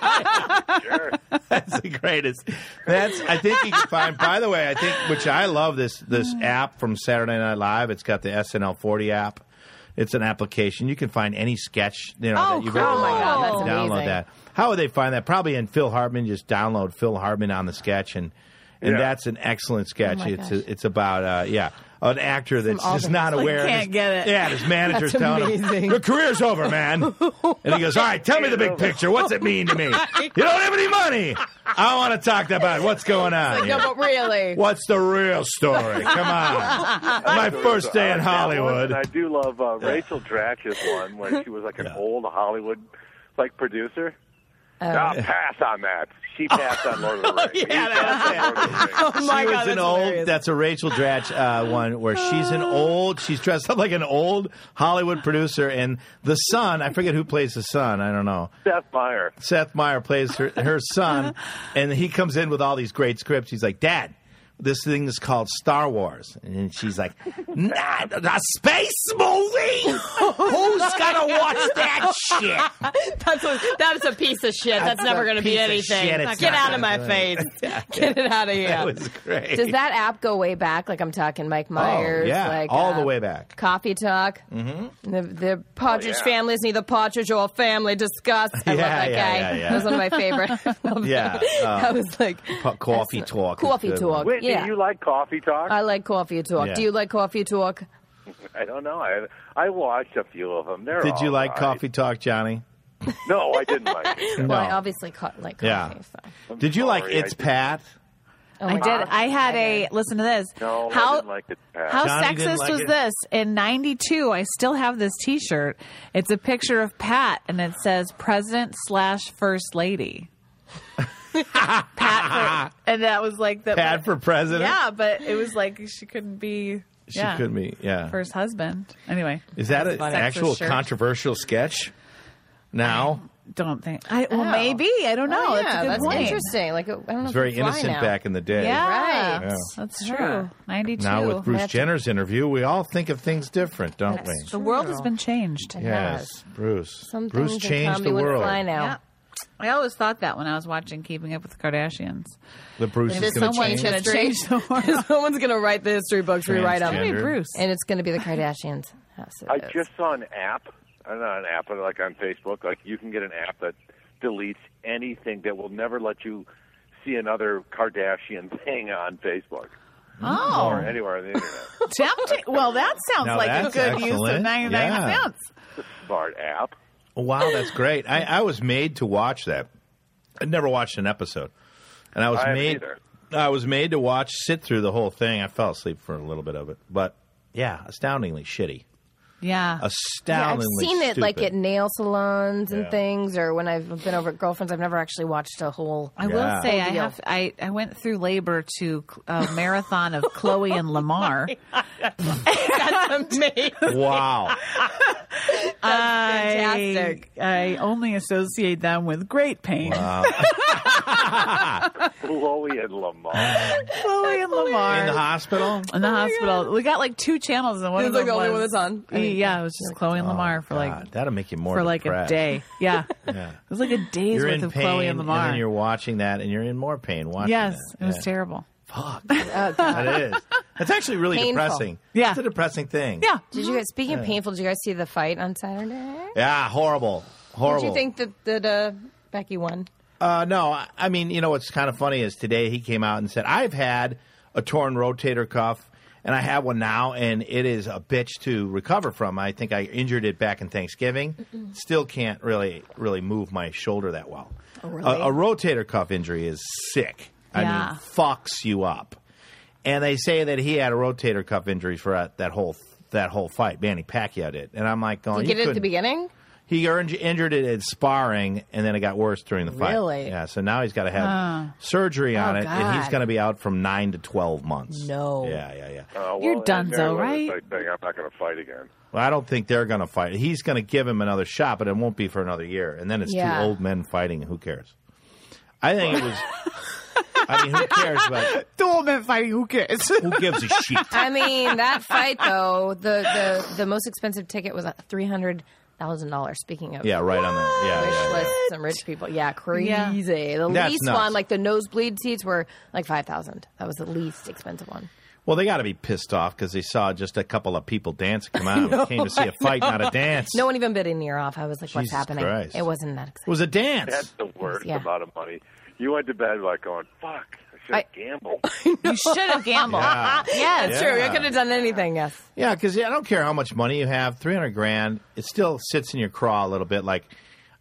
Speaker 4: sure.
Speaker 1: That's the greatest. That's I think you can find. By the way, I think which I love this this app from Saturday Night Live. It's got the SNL forty app. It's an application. You can find any sketch you know
Speaker 2: Oh,
Speaker 1: that you've
Speaker 2: cool.
Speaker 1: ever
Speaker 2: Oh, my God,
Speaker 1: watched.
Speaker 2: that's
Speaker 1: You can download
Speaker 3: amazing.
Speaker 1: that. How would they find that? Probably in Phil Hartman. Just download Phil Hartman on the sketch, and and
Speaker 4: Yeah.
Speaker 1: that's an excellent sketch.
Speaker 3: my
Speaker 1: it's
Speaker 3: gosh.
Speaker 1: it's about uh, yeah. An actor that's
Speaker 3: all
Speaker 1: just
Speaker 3: the-
Speaker 1: not aware. of
Speaker 2: can't
Speaker 1: his-
Speaker 2: get it.
Speaker 1: Yeah, and his manager's
Speaker 3: That's
Speaker 1: telling him
Speaker 3: amazing.
Speaker 1: your career's over, man. And he goes, "All right, tell me the big picture. What's it mean to me? You don't have any money. I want to talk about what's going on.
Speaker 3: No,
Speaker 1: here.
Speaker 3: but really.
Speaker 1: What's the real story? Come on. My first day in
Speaker 4: I like that one,
Speaker 1: Hollywood.
Speaker 4: And I do love uh, Rachel Dratch's one when she was like an old Hollywood like producer. Ah, pass on that. She passed on Lord of the
Speaker 1: Oh,
Speaker 4: Rings. He
Speaker 2: yeah,
Speaker 4: passed on Lord of the Rings.
Speaker 2: Oh my
Speaker 1: she
Speaker 2: god,
Speaker 1: was an
Speaker 2: that's
Speaker 1: old.
Speaker 2: hilarious. Oh.
Speaker 1: That's a Rachel Dratch uh, one where she's an old. She's dressed up like an old Hollywood producer, and the son. I forget who plays the son. I don't know.
Speaker 4: Seth Meyer.
Speaker 1: Seth Meyer plays her, her son, and he comes in with all these great scripts. He's like, Dad, this thing is called Star Wars. And she's like, Nah, a space movie? Who's going to watch that shit?
Speaker 5: That's a, that's a piece of shit. That's, never
Speaker 1: a
Speaker 5: going to be
Speaker 1: piece of
Speaker 5: anything.
Speaker 1: shit. It's
Speaker 5: Get
Speaker 1: not
Speaker 5: out of my
Speaker 1: gonna
Speaker 5: face. Get it out of here.
Speaker 1: That was great.
Speaker 3: Does that app go way back? Like I'm talking Mike Myers.
Speaker 1: oh, yeah,
Speaker 3: like,
Speaker 1: all
Speaker 3: uh,
Speaker 1: the way back.
Speaker 3: Coffee Talk. Mm-hmm. The, the Partridge
Speaker 4: yeah.
Speaker 3: family is neither Partridge or family discuss. I love
Speaker 1: Yeah,
Speaker 3: that
Speaker 1: yeah,
Speaker 3: guy.
Speaker 1: yeah, yeah.
Speaker 3: That was one of my favorite. Love
Speaker 1: Yeah,
Speaker 3: That.
Speaker 1: uh,
Speaker 3: that was like
Speaker 1: Co- coffee talk. is
Speaker 3: Coffee
Speaker 1: good.
Speaker 3: Talk.
Speaker 4: Whitney,
Speaker 3: yeah.
Speaker 4: you like coffee talk?
Speaker 3: I like Coffee Talk.
Speaker 1: Yeah.
Speaker 3: Do you like Coffee Talk?
Speaker 4: I don't know. I I watched a few of them. They're
Speaker 1: Did you
Speaker 4: all
Speaker 1: like
Speaker 4: right.
Speaker 1: coffee talk, Johnny?
Speaker 4: No, I didn't like it.
Speaker 1: No.
Speaker 3: Well, I obviously co- like coffee.
Speaker 1: Yeah.
Speaker 3: So.
Speaker 1: Did you like
Speaker 4: sorry, I
Speaker 1: It's
Speaker 4: did.
Speaker 1: Pat?
Speaker 3: Oh
Speaker 2: I
Speaker 3: my
Speaker 2: did.
Speaker 3: God.
Speaker 2: I had a listen to this.
Speaker 4: No, I
Speaker 2: how
Speaker 4: didn't like it. Pat.
Speaker 2: how
Speaker 1: Johnny didn't
Speaker 2: sexist
Speaker 1: like
Speaker 2: was
Speaker 1: it.
Speaker 2: this? In '92, I still have this T-shirt. It's a picture of Pat, and it says President slash First Lady. Pat, for, and that was like the
Speaker 1: Pat for president?
Speaker 2: Yeah, but it was like she couldn't be.
Speaker 1: She
Speaker 2: yeah,
Speaker 1: could be, yeah.
Speaker 2: First husband. Anyway,
Speaker 1: Is that an
Speaker 2: funny.
Speaker 1: actual
Speaker 2: Sexist shirt.
Speaker 1: controversial sketch now?
Speaker 2: don't think. I well
Speaker 3: Oh.
Speaker 2: maybe I don't know.
Speaker 3: Oh, yeah,
Speaker 2: that's a good
Speaker 3: that's
Speaker 2: point.
Speaker 3: interesting. Like I don't know.
Speaker 1: It's very innocent back in the day.
Speaker 2: Yeah,
Speaker 3: Right.
Speaker 1: Yeah.
Speaker 2: that's
Speaker 3: Yeah.
Speaker 2: true. Ninety-two.
Speaker 1: Now with Bruce
Speaker 3: That's-
Speaker 1: Jenner's interview, we all think of things different, don't we?
Speaker 2: the world has been changed.
Speaker 1: Yes, Bruce.
Speaker 3: Some
Speaker 1: Bruce
Speaker 3: things in
Speaker 1: changed
Speaker 3: comedy
Speaker 1: the
Speaker 3: wouldn't
Speaker 1: world.
Speaker 3: Fly now.
Speaker 2: Yeah. I always thought that when I was watching Keeping Up with the Kardashians.
Speaker 1: The Bruce is
Speaker 3: There's
Speaker 1: going to
Speaker 3: someone
Speaker 1: change.
Speaker 3: who-
Speaker 2: Gonna
Speaker 3: History.
Speaker 2: change the world.
Speaker 3: Someone's gonna write the history books, rewrite them,
Speaker 1: Transgender.
Speaker 2: Hey, Bruce.
Speaker 3: and it's gonna be the Kardashians. That's it
Speaker 4: I
Speaker 3: is.
Speaker 4: just saw an app. I don't know an app, but like on Facebook, like you can get an app that deletes anything that will never let you see another Kardashian thing on Facebook or
Speaker 2: oh,
Speaker 4: anywhere on the internet.
Speaker 2: tempting. Well, that sounds
Speaker 1: Now
Speaker 2: like a
Speaker 1: that's
Speaker 2: good use of
Speaker 1: excellent.
Speaker 2: 99
Speaker 1: Yeah.
Speaker 2: cents.
Speaker 4: Smart app.
Speaker 1: Wow, that's great. I, I was made to watch that. I'd never watched an episode, and I was
Speaker 4: I haven't
Speaker 1: made.
Speaker 4: either.
Speaker 1: I was made to watch, sit through the whole thing. I fell asleep for a little bit of it, but yeah, astoundingly shitty.
Speaker 2: Yeah.
Speaker 3: Yeah, I've
Speaker 1: Astoundingly.
Speaker 3: seen it like at
Speaker 1: stupid.
Speaker 3: nail salons and
Speaker 1: Yeah.
Speaker 3: things, or when I've been over at girlfriends. I've never actually watched a whole.
Speaker 2: I
Speaker 1: Yeah.
Speaker 2: will say I
Speaker 3: Whole deal.
Speaker 2: have I, I went through labor to a marathon of Chloe and Lamar.
Speaker 5: That's amazing.
Speaker 1: Wow.
Speaker 2: fantastic. I, I only associate them with great pain.
Speaker 4: Chloe and Lamar. Uh,
Speaker 2: Chloe and Lamar
Speaker 1: In the hospital?
Speaker 2: in
Speaker 3: Oh
Speaker 2: the hospital. We got like two channels and one
Speaker 3: This
Speaker 2: of
Speaker 3: is, like,
Speaker 2: them
Speaker 3: the only one
Speaker 2: was-
Speaker 3: that's on. I mean,
Speaker 2: Yeah, it was just Chloe and Lamar for like
Speaker 1: Oh, God, that'll make you more
Speaker 2: for like a
Speaker 1: depressed.
Speaker 2: day. Yeah.
Speaker 1: Yeah.
Speaker 2: It was like a day's
Speaker 1: You're
Speaker 2: worth
Speaker 1: in
Speaker 2: of
Speaker 1: pain,
Speaker 2: Chloe and Lamar.
Speaker 1: then you're watching that, and you're in more pain watching.
Speaker 2: yes,
Speaker 1: that.
Speaker 2: it was
Speaker 1: Yeah.
Speaker 2: terrible.
Speaker 3: uh,
Speaker 1: That is. That's actually really
Speaker 3: Painful.
Speaker 1: depressing.
Speaker 2: Yeah.
Speaker 1: It's a depressing thing.
Speaker 2: Yeah.
Speaker 3: Did you guys? Speaking of painful, did you guys see the fight on Saturday?
Speaker 1: Yeah, horrible. Horrible.
Speaker 3: Did you think that that uh, Becky won?
Speaker 1: Uh, no, I- I mean, you know what's kind of funny is today he came out and said, I've had a torn rotator cuff and I have one now and it is a bitch to recover from. I think I injured it back in Thanksgiving. Still can't really, really move my shoulder that well.
Speaker 3: Oh,
Speaker 1: a, a rotator cuff injury is sick. I
Speaker 2: Yeah.
Speaker 1: mean, fucks you up. And they say that he had a rotator cuff injury for that, that whole that whole fight. Manny Pacquiao did. And I'm like going,
Speaker 3: Did you get it at the
Speaker 1: Oh, couldn't-
Speaker 3: beginning?
Speaker 1: he earned, injured it at sparring, and then it got worse during the fight.
Speaker 3: Really?
Speaker 1: Yeah. So now he's got to have surgery on
Speaker 3: Oh,
Speaker 1: it, and he's
Speaker 3: God.
Speaker 1: going to be out from nine to twelve months.
Speaker 3: No.
Speaker 1: Yeah, yeah, yeah.
Speaker 4: Uh, well,
Speaker 2: You're
Speaker 4: and
Speaker 2: donezo,
Speaker 4: Mary Lou was
Speaker 2: right?
Speaker 4: like, "Hey, I'm not going to fight again.
Speaker 1: Well, I don't think they're going to fight. He's going to give him another shot, but it won't be for another year, and then it's
Speaker 3: Yeah.
Speaker 1: two old men fighting. Who cares? I think it was. I mean, who cares? But
Speaker 2: Dolman fighting who cares?
Speaker 1: who gives a shit?
Speaker 3: I mean, that fight though, the the the most expensive ticket was three hundred thousand dollars. Speaking of
Speaker 1: Yeah, right on that. Yeah,
Speaker 3: wish
Speaker 1: yeah, yeah.
Speaker 3: list, some rich people. Yeah, crazy.
Speaker 2: Yeah.
Speaker 3: The
Speaker 1: That's
Speaker 3: least
Speaker 1: nuts.
Speaker 3: one, like the nosebleed seats, were like five thousand. That was the least expensive one.
Speaker 1: Well, they got to be pissed off because they saw just a couple of people dance come out. and came to see a fight, not a dance.
Speaker 3: No one even bid an ear off. I was like, "What's
Speaker 1: Jesus
Speaker 3: happening?"
Speaker 1: Christ.
Speaker 3: It wasn't that
Speaker 1: it
Speaker 3: exciting.
Speaker 1: was a dance.
Speaker 4: That's the worst
Speaker 3: Yeah.
Speaker 4: amount of money. You went to bed like going, fuck, I should
Speaker 3: I-
Speaker 4: have gambled.
Speaker 2: you should have gambled.
Speaker 1: Yeah.
Speaker 3: Yeah, it's true.
Speaker 1: Yeah.
Speaker 3: I could have done anything. Yes.
Speaker 1: Yeah, because I don't care how much money you have, three hundred grand, it still sits in your craw a little bit. Like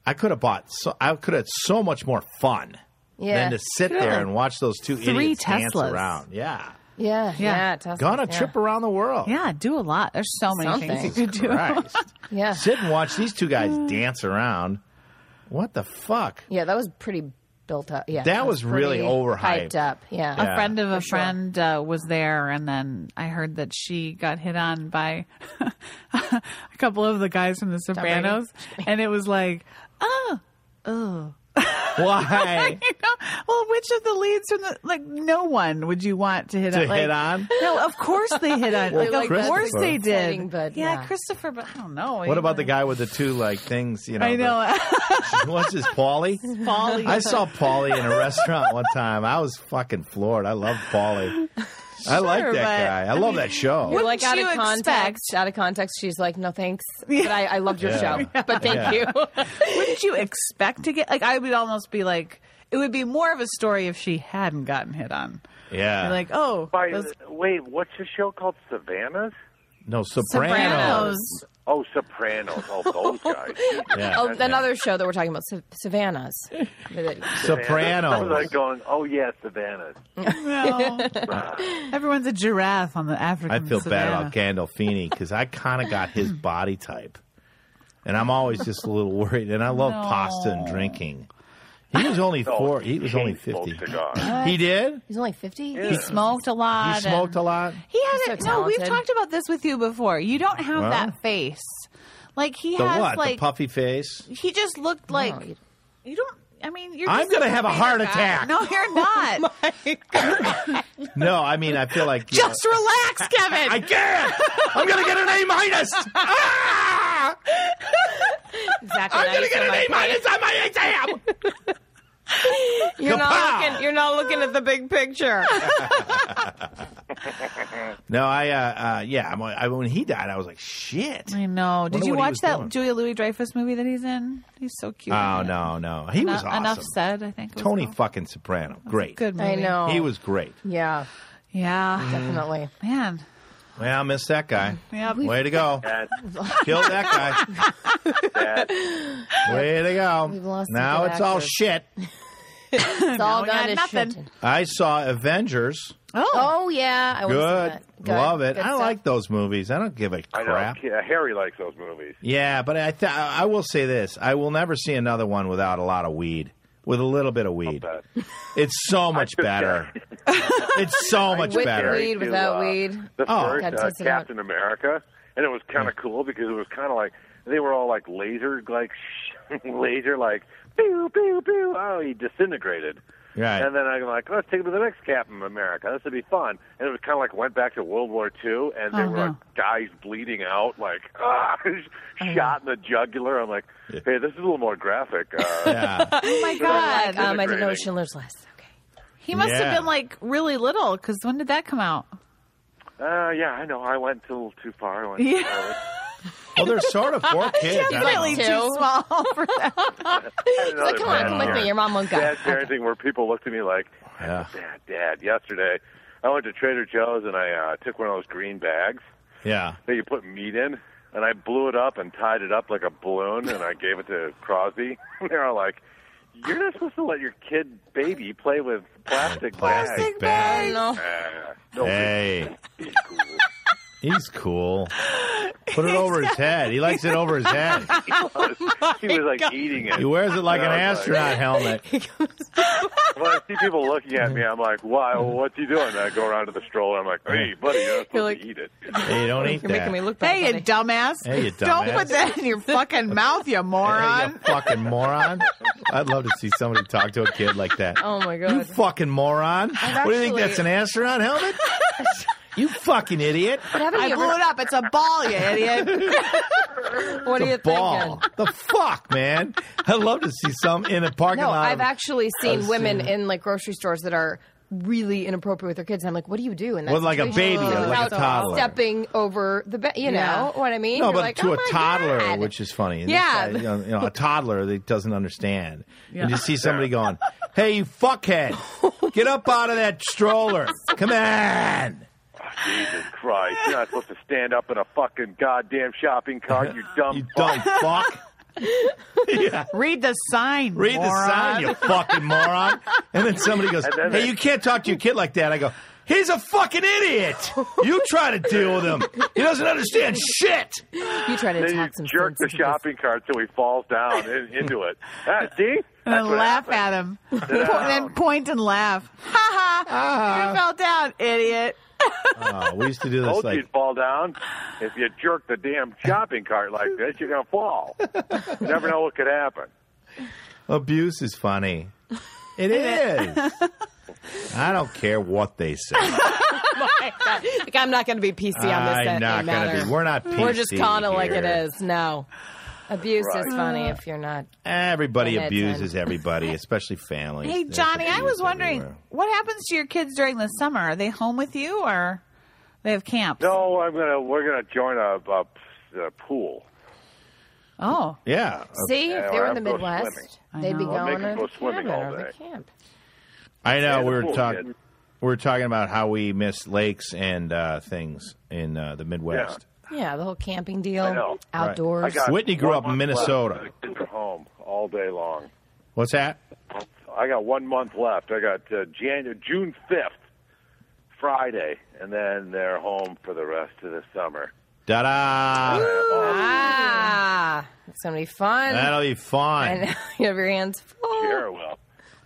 Speaker 1: I could have bought, so, I could have had so much more fun
Speaker 3: Yeah.
Speaker 1: than to sit there and watch those two
Speaker 2: Three
Speaker 1: idiots dance
Speaker 2: Teslas.
Speaker 1: around. Yeah,
Speaker 3: Yeah. Yeah. Tesla,
Speaker 1: gone a
Speaker 3: yeah.
Speaker 1: trip around the world.
Speaker 2: Yeah, do a lot. There's so many
Speaker 3: Something.
Speaker 2: things you could do.
Speaker 1: Christ.
Speaker 3: Yeah.
Speaker 1: sit and watch these two guys dance around. What the fuck?
Speaker 3: Yeah. That was pretty built up. Yeah,
Speaker 1: That
Speaker 3: it
Speaker 1: was really
Speaker 3: pretty
Speaker 1: overhyped.
Speaker 3: hyped up. Yeah.
Speaker 1: Yeah.
Speaker 2: a friend of a
Speaker 3: sure.
Speaker 2: friend uh, was there, and then I heard that she got hit on by a couple of the guys from The Sopranos, and it was like, oh,
Speaker 1: Why
Speaker 2: you know, well, which of the leads from the like? No one would you want to hit
Speaker 1: to
Speaker 2: on. Like,
Speaker 1: hit on?
Speaker 2: No, of course they hit on.
Speaker 1: Well,
Speaker 2: like, of
Speaker 1: Christopher.
Speaker 2: course they
Speaker 3: Upsetting,
Speaker 2: did.
Speaker 3: but
Speaker 2: yeah,
Speaker 3: yeah.
Speaker 2: Christopher. But I don't know.
Speaker 1: What about the guy with the two like things? You know,
Speaker 2: I know.
Speaker 1: the- what's his Paulie?
Speaker 2: Paulie.
Speaker 1: I saw Paulie in a restaurant one time. I was fucking floored. I love Paulie. I like that
Speaker 2: but-
Speaker 1: guy. I,
Speaker 2: I
Speaker 1: love
Speaker 2: mean,
Speaker 1: that show.
Speaker 2: What
Speaker 3: like
Speaker 2: did
Speaker 3: out
Speaker 2: you
Speaker 3: of context,
Speaker 2: expect?
Speaker 3: out of context, she's like, "No thanks, but I, I loved your
Speaker 1: Yeah.
Speaker 3: show."
Speaker 5: But thank
Speaker 1: Yeah.
Speaker 5: you.
Speaker 2: Wouldn't you expect to get like? I would almost be like, it would be more of a story if she hadn't gotten hit on.
Speaker 1: Yeah.
Speaker 2: You're like, oh,
Speaker 4: By,
Speaker 2: those
Speaker 4: wait, what's the show called? Savannahs?
Speaker 1: no, Sopranos.
Speaker 2: Sopranos.
Speaker 4: Oh, Sopranos. Oh, those guys.
Speaker 1: Yeah.
Speaker 3: Oh, another show that we're talking about, Sav- Savannah's.
Speaker 4: I was
Speaker 1: Sopranos.
Speaker 4: like going, oh, yeah, Savannahs.
Speaker 2: No. Everyone's a giraffe on the
Speaker 1: I
Speaker 2: African.
Speaker 1: feel bad
Speaker 2: savannah.
Speaker 1: about Gandolfini because I kind of got his body type, and I'm always just a little worried. And I love
Speaker 2: No.
Speaker 1: pasta and drinking. He was only four. He was only
Speaker 4: Painful
Speaker 1: fifty.
Speaker 4: Cigar.
Speaker 1: He did.
Speaker 3: He's only fifty.
Speaker 2: He smoked a lot.
Speaker 1: He smoked a
Speaker 2: and-
Speaker 1: lot.
Speaker 2: He had
Speaker 3: He's
Speaker 2: it.
Speaker 3: so
Speaker 2: no, we've
Speaker 3: talented.
Speaker 2: talked about this with you before. You don't have
Speaker 1: Well.
Speaker 2: that face. Like he
Speaker 1: The
Speaker 2: has,
Speaker 1: what?
Speaker 2: like
Speaker 1: the puffy face.
Speaker 2: he just looked like
Speaker 3: Oh, you-
Speaker 2: you, don't. I mean, you're.
Speaker 1: I'm
Speaker 2: just
Speaker 1: gonna have a
Speaker 2: bigger
Speaker 1: heart
Speaker 2: guy.
Speaker 1: attack. Oh
Speaker 2: No, you're not.
Speaker 1: No, I mean I feel like you know,
Speaker 2: just relax, Kevin.
Speaker 1: I can't. I'm gonna get an A minus. Ah!
Speaker 3: Exactly.
Speaker 1: I'm gonna get an A minus on my exam.
Speaker 3: You're
Speaker 1: Kapow!
Speaker 3: not looking. You're not looking at the big picture.
Speaker 1: No, I uh, uh yeah. I'm, I, when he died, I was like, shit.
Speaker 2: I know. Did
Speaker 1: Wonder
Speaker 2: you
Speaker 1: what he
Speaker 2: watch
Speaker 1: was
Speaker 2: that
Speaker 1: doing.
Speaker 2: Julia Louis Dreyfus movie that he's in? He's so cute.
Speaker 1: Oh
Speaker 2: in it.
Speaker 1: no, no, he was
Speaker 2: Enough,
Speaker 1: awesome.
Speaker 2: Enough said. I think it was
Speaker 1: Tony
Speaker 2: called.
Speaker 1: fucking Soprano, great.
Speaker 2: Good movie.
Speaker 3: I know.
Speaker 1: He was great.
Speaker 3: Yeah,
Speaker 2: Yeah,
Speaker 3: definitely.
Speaker 2: man.
Speaker 1: Well, I miss that guy.
Speaker 2: Yep.
Speaker 1: Way to go.
Speaker 4: That,
Speaker 1: Kill that
Speaker 4: that,
Speaker 1: guy. Way to go.
Speaker 3: We've lost some
Speaker 1: now
Speaker 3: good
Speaker 1: it's all
Speaker 3: actors.
Speaker 1: shit.
Speaker 3: It's all
Speaker 2: we got
Speaker 3: gone to
Speaker 2: nothing.
Speaker 3: shit.
Speaker 1: I saw Avengers.
Speaker 2: Oh,
Speaker 3: Oh yeah, I wanna see
Speaker 1: Good.
Speaker 3: that.
Speaker 1: Love it.
Speaker 3: Good
Speaker 1: I
Speaker 3: stuff.
Speaker 1: like those movies. I don't give a
Speaker 4: I
Speaker 1: crap.
Speaker 4: know. Yeah, Harry likes those movies.
Speaker 1: Yeah, but I th- I will say this: I will never see another one without a lot of weed. With a little bit of weed,
Speaker 4: But
Speaker 1: it's so much
Speaker 4: took
Speaker 1: better. it's so much
Speaker 3: with
Speaker 1: better.
Speaker 3: the weed,
Speaker 4: to,
Speaker 3: without
Speaker 4: uh,
Speaker 3: weed.
Speaker 4: The
Speaker 1: Oh.
Speaker 4: first
Speaker 3: God,
Speaker 4: uh,
Speaker 3: test it out.
Speaker 4: Captain America, and it was kind of cool because it was kind of like they were all like laser, like sh- laser, like pew pew pew. Oh, he disintegrated.
Speaker 1: Right.
Speaker 4: And then I'm like, let's take him to the next Captain America. This would be fun. And it was kind of like went back to World War II, and there
Speaker 2: Oh,
Speaker 4: were
Speaker 2: no.
Speaker 3: Uh-huh.
Speaker 4: like guys bleeding out, like ah, shot in the jugular. I'm like, hey, this is a little more graphic. Uh,
Speaker 1: Yeah.
Speaker 2: oh my
Speaker 3: Like,
Speaker 2: God.
Speaker 3: um, I didn't know
Speaker 4: Disintegrating.
Speaker 3: Schindler's List. Okay.
Speaker 2: He must
Speaker 1: Yeah.
Speaker 2: have been like really little because when did that come out?
Speaker 4: uh, yeah, I know. I went a little too far. I went
Speaker 2: Yeah.
Speaker 4: too far.
Speaker 1: Well, they're sort of four kids. I don't
Speaker 2: Definitely
Speaker 1: know.
Speaker 3: Two.
Speaker 2: too small for that.
Speaker 4: I had
Speaker 3: Like,
Speaker 4: another
Speaker 3: come
Speaker 4: bad
Speaker 3: on, come with
Speaker 4: parent.
Speaker 3: me. Your mom won't go.
Speaker 4: Bad parenting where people looked at me like,
Speaker 1: Yeah.
Speaker 4: "Dad, Dad." Yesterday, I went to Trader Joe's and I uh, took one of those green bags
Speaker 1: Yeah.
Speaker 4: that you put meat in, and I blew it up and tied it up like a balloon, and I gave it to Crosby. And they were like, "You're not supposed to let your kid baby play with plastic,
Speaker 1: Plastic
Speaker 3: I
Speaker 1: bag.
Speaker 3: don't know.
Speaker 4: bags." Ah, no,
Speaker 1: Hey,
Speaker 4: it's cool.
Speaker 1: he's cool. Put it over his head. He likes it over his head.
Speaker 4: he was like eating it.
Speaker 1: He wears it like an
Speaker 4: And I was
Speaker 1: astronaut helmet.
Speaker 4: When I see people looking at me, I'm like, "Why? What's he doing?" And I go around to the stroller. I'm like, "Hey, buddy, you're not supposed
Speaker 3: You're like-
Speaker 4: to eat it."
Speaker 1: Hey, don't eat
Speaker 3: You're
Speaker 1: that.
Speaker 3: making me look bad.
Speaker 2: Hey, you
Speaker 3: buddy.
Speaker 2: dumbass.
Speaker 1: Hey, you
Speaker 2: Don't
Speaker 1: dumbass.
Speaker 2: put that in your fucking mouth, you
Speaker 1: Hey, you
Speaker 2: moron.
Speaker 1: fucking moron. I'd love to see somebody talk to a kid like that.
Speaker 3: Oh my
Speaker 1: You
Speaker 3: god.
Speaker 1: fucking moron. what do you think?
Speaker 3: actually-
Speaker 1: That's an astronaut helmet? you fucking idiot.
Speaker 3: Haven't
Speaker 2: I
Speaker 3: you
Speaker 2: blew
Speaker 3: ever-
Speaker 2: it up. It's a ball, you idiot.
Speaker 3: what are you
Speaker 1: The ball. The fuck, man. I'd love to see some in a parking
Speaker 3: No,
Speaker 1: lot.
Speaker 3: I've
Speaker 1: of-
Speaker 3: actually seen women in like grocery stores that are really inappropriate with their kids. And I'm like, what do you do? And
Speaker 1: Well, like a baby or like a toddler.
Speaker 3: stepping over the bed. You
Speaker 2: Yeah.
Speaker 3: know what I mean?
Speaker 1: no,
Speaker 3: You're
Speaker 1: but
Speaker 3: like,
Speaker 1: to
Speaker 3: "Oh
Speaker 1: a
Speaker 3: my
Speaker 1: toddler,
Speaker 3: God."
Speaker 1: which is funny.
Speaker 3: Yeah.
Speaker 1: This guy, you know, a toddler that doesn't understand.
Speaker 2: Yeah.
Speaker 1: And you see somebody going, hey, you fuckhead, get up out of that stroller. Come on.
Speaker 4: Jesus Christ! You're not supposed to stand up in a fucking goddamn shopping cart. You dumb.
Speaker 1: You
Speaker 4: fuck.
Speaker 1: dumb fuck. Yeah.
Speaker 2: Read the sign.
Speaker 1: Read the
Speaker 2: moron.
Speaker 1: sign, you fucking moron. And then somebody goes,
Speaker 4: And then
Speaker 1: Hey,
Speaker 4: they-
Speaker 1: you can't talk to your kid like that. I go, He's a fucking idiot. You try to deal with him. He doesn't understand shit.
Speaker 3: You try to
Speaker 4: Then you
Speaker 3: talk some sense
Speaker 4: jerk the
Speaker 3: into this.
Speaker 4: shopping cart so he falls down in, into it. Ah,
Speaker 2: And
Speaker 4: see? That's
Speaker 2: then
Speaker 4: what
Speaker 2: Oh, laugh
Speaker 4: happened.
Speaker 2: at him. Po- then point and laugh. Ha
Speaker 1: Ah.
Speaker 2: ha! You fell down, idiot.
Speaker 1: Oh, we used to do
Speaker 4: Told
Speaker 1: this
Speaker 4: you
Speaker 1: like
Speaker 4: you'd fall down. If you jerk the damn shopping cart like this, you're gonna fall. you never know what could happen.
Speaker 1: abuse is funny. It is. I don't care what they say.
Speaker 5: Like, I'm not going to be PC on this
Speaker 1: I'm not
Speaker 5: going
Speaker 1: gonna be. We're not. PC
Speaker 5: We're just calling it like it
Speaker 1: here.
Speaker 5: is. No.
Speaker 3: Abuse
Speaker 4: Right.
Speaker 3: is funny if you're not.
Speaker 1: Everybody
Speaker 3: Go ahead,
Speaker 1: abuses everybody, especially families.
Speaker 2: Hey,
Speaker 1: There's
Speaker 2: Johnny, I
Speaker 1: abuse
Speaker 2: was wondering
Speaker 1: everywhere.
Speaker 2: what happens to your kids during the summer? Are they home with you or they have camp?
Speaker 4: No, I'm gonna. We're gonna join a, a, a pool.
Speaker 2: Oh,
Speaker 1: Yeah,
Speaker 3: See,
Speaker 4: Yeah,
Speaker 3: if they were
Speaker 4: or
Speaker 3: in the
Speaker 4: I'll go swimming.
Speaker 3: Midwest,
Speaker 2: I
Speaker 3: they'd be
Speaker 2: know.
Speaker 4: Or make
Speaker 3: going
Speaker 4: them
Speaker 3: to
Speaker 4: go
Speaker 3: the
Speaker 4: swimming
Speaker 3: cabin
Speaker 4: all
Speaker 3: or the
Speaker 4: day.
Speaker 3: camp.
Speaker 1: I know.
Speaker 4: the
Speaker 1: we were
Speaker 4: pool
Speaker 1: talking.
Speaker 4: kid.
Speaker 1: We were talking about how we miss lakes and uh, things in uh, the Midwest.
Speaker 3: Yeah, the whole camping deal,
Speaker 4: I know.
Speaker 3: outdoors.
Speaker 4: I got
Speaker 1: Whitney grew
Speaker 4: one
Speaker 1: up in
Speaker 4: month left.
Speaker 1: Minnesota.
Speaker 4: The kids are home all day long.
Speaker 1: What's that?
Speaker 4: I got one month left. I got uh, January, June fifth, Friday, and then they're home for the rest of the summer.
Speaker 1: Da da!
Speaker 3: ah, it's gonna be fun.
Speaker 1: That'll be
Speaker 3: I
Speaker 1: fun.
Speaker 3: know you have your hands full.
Speaker 4: Sure, well,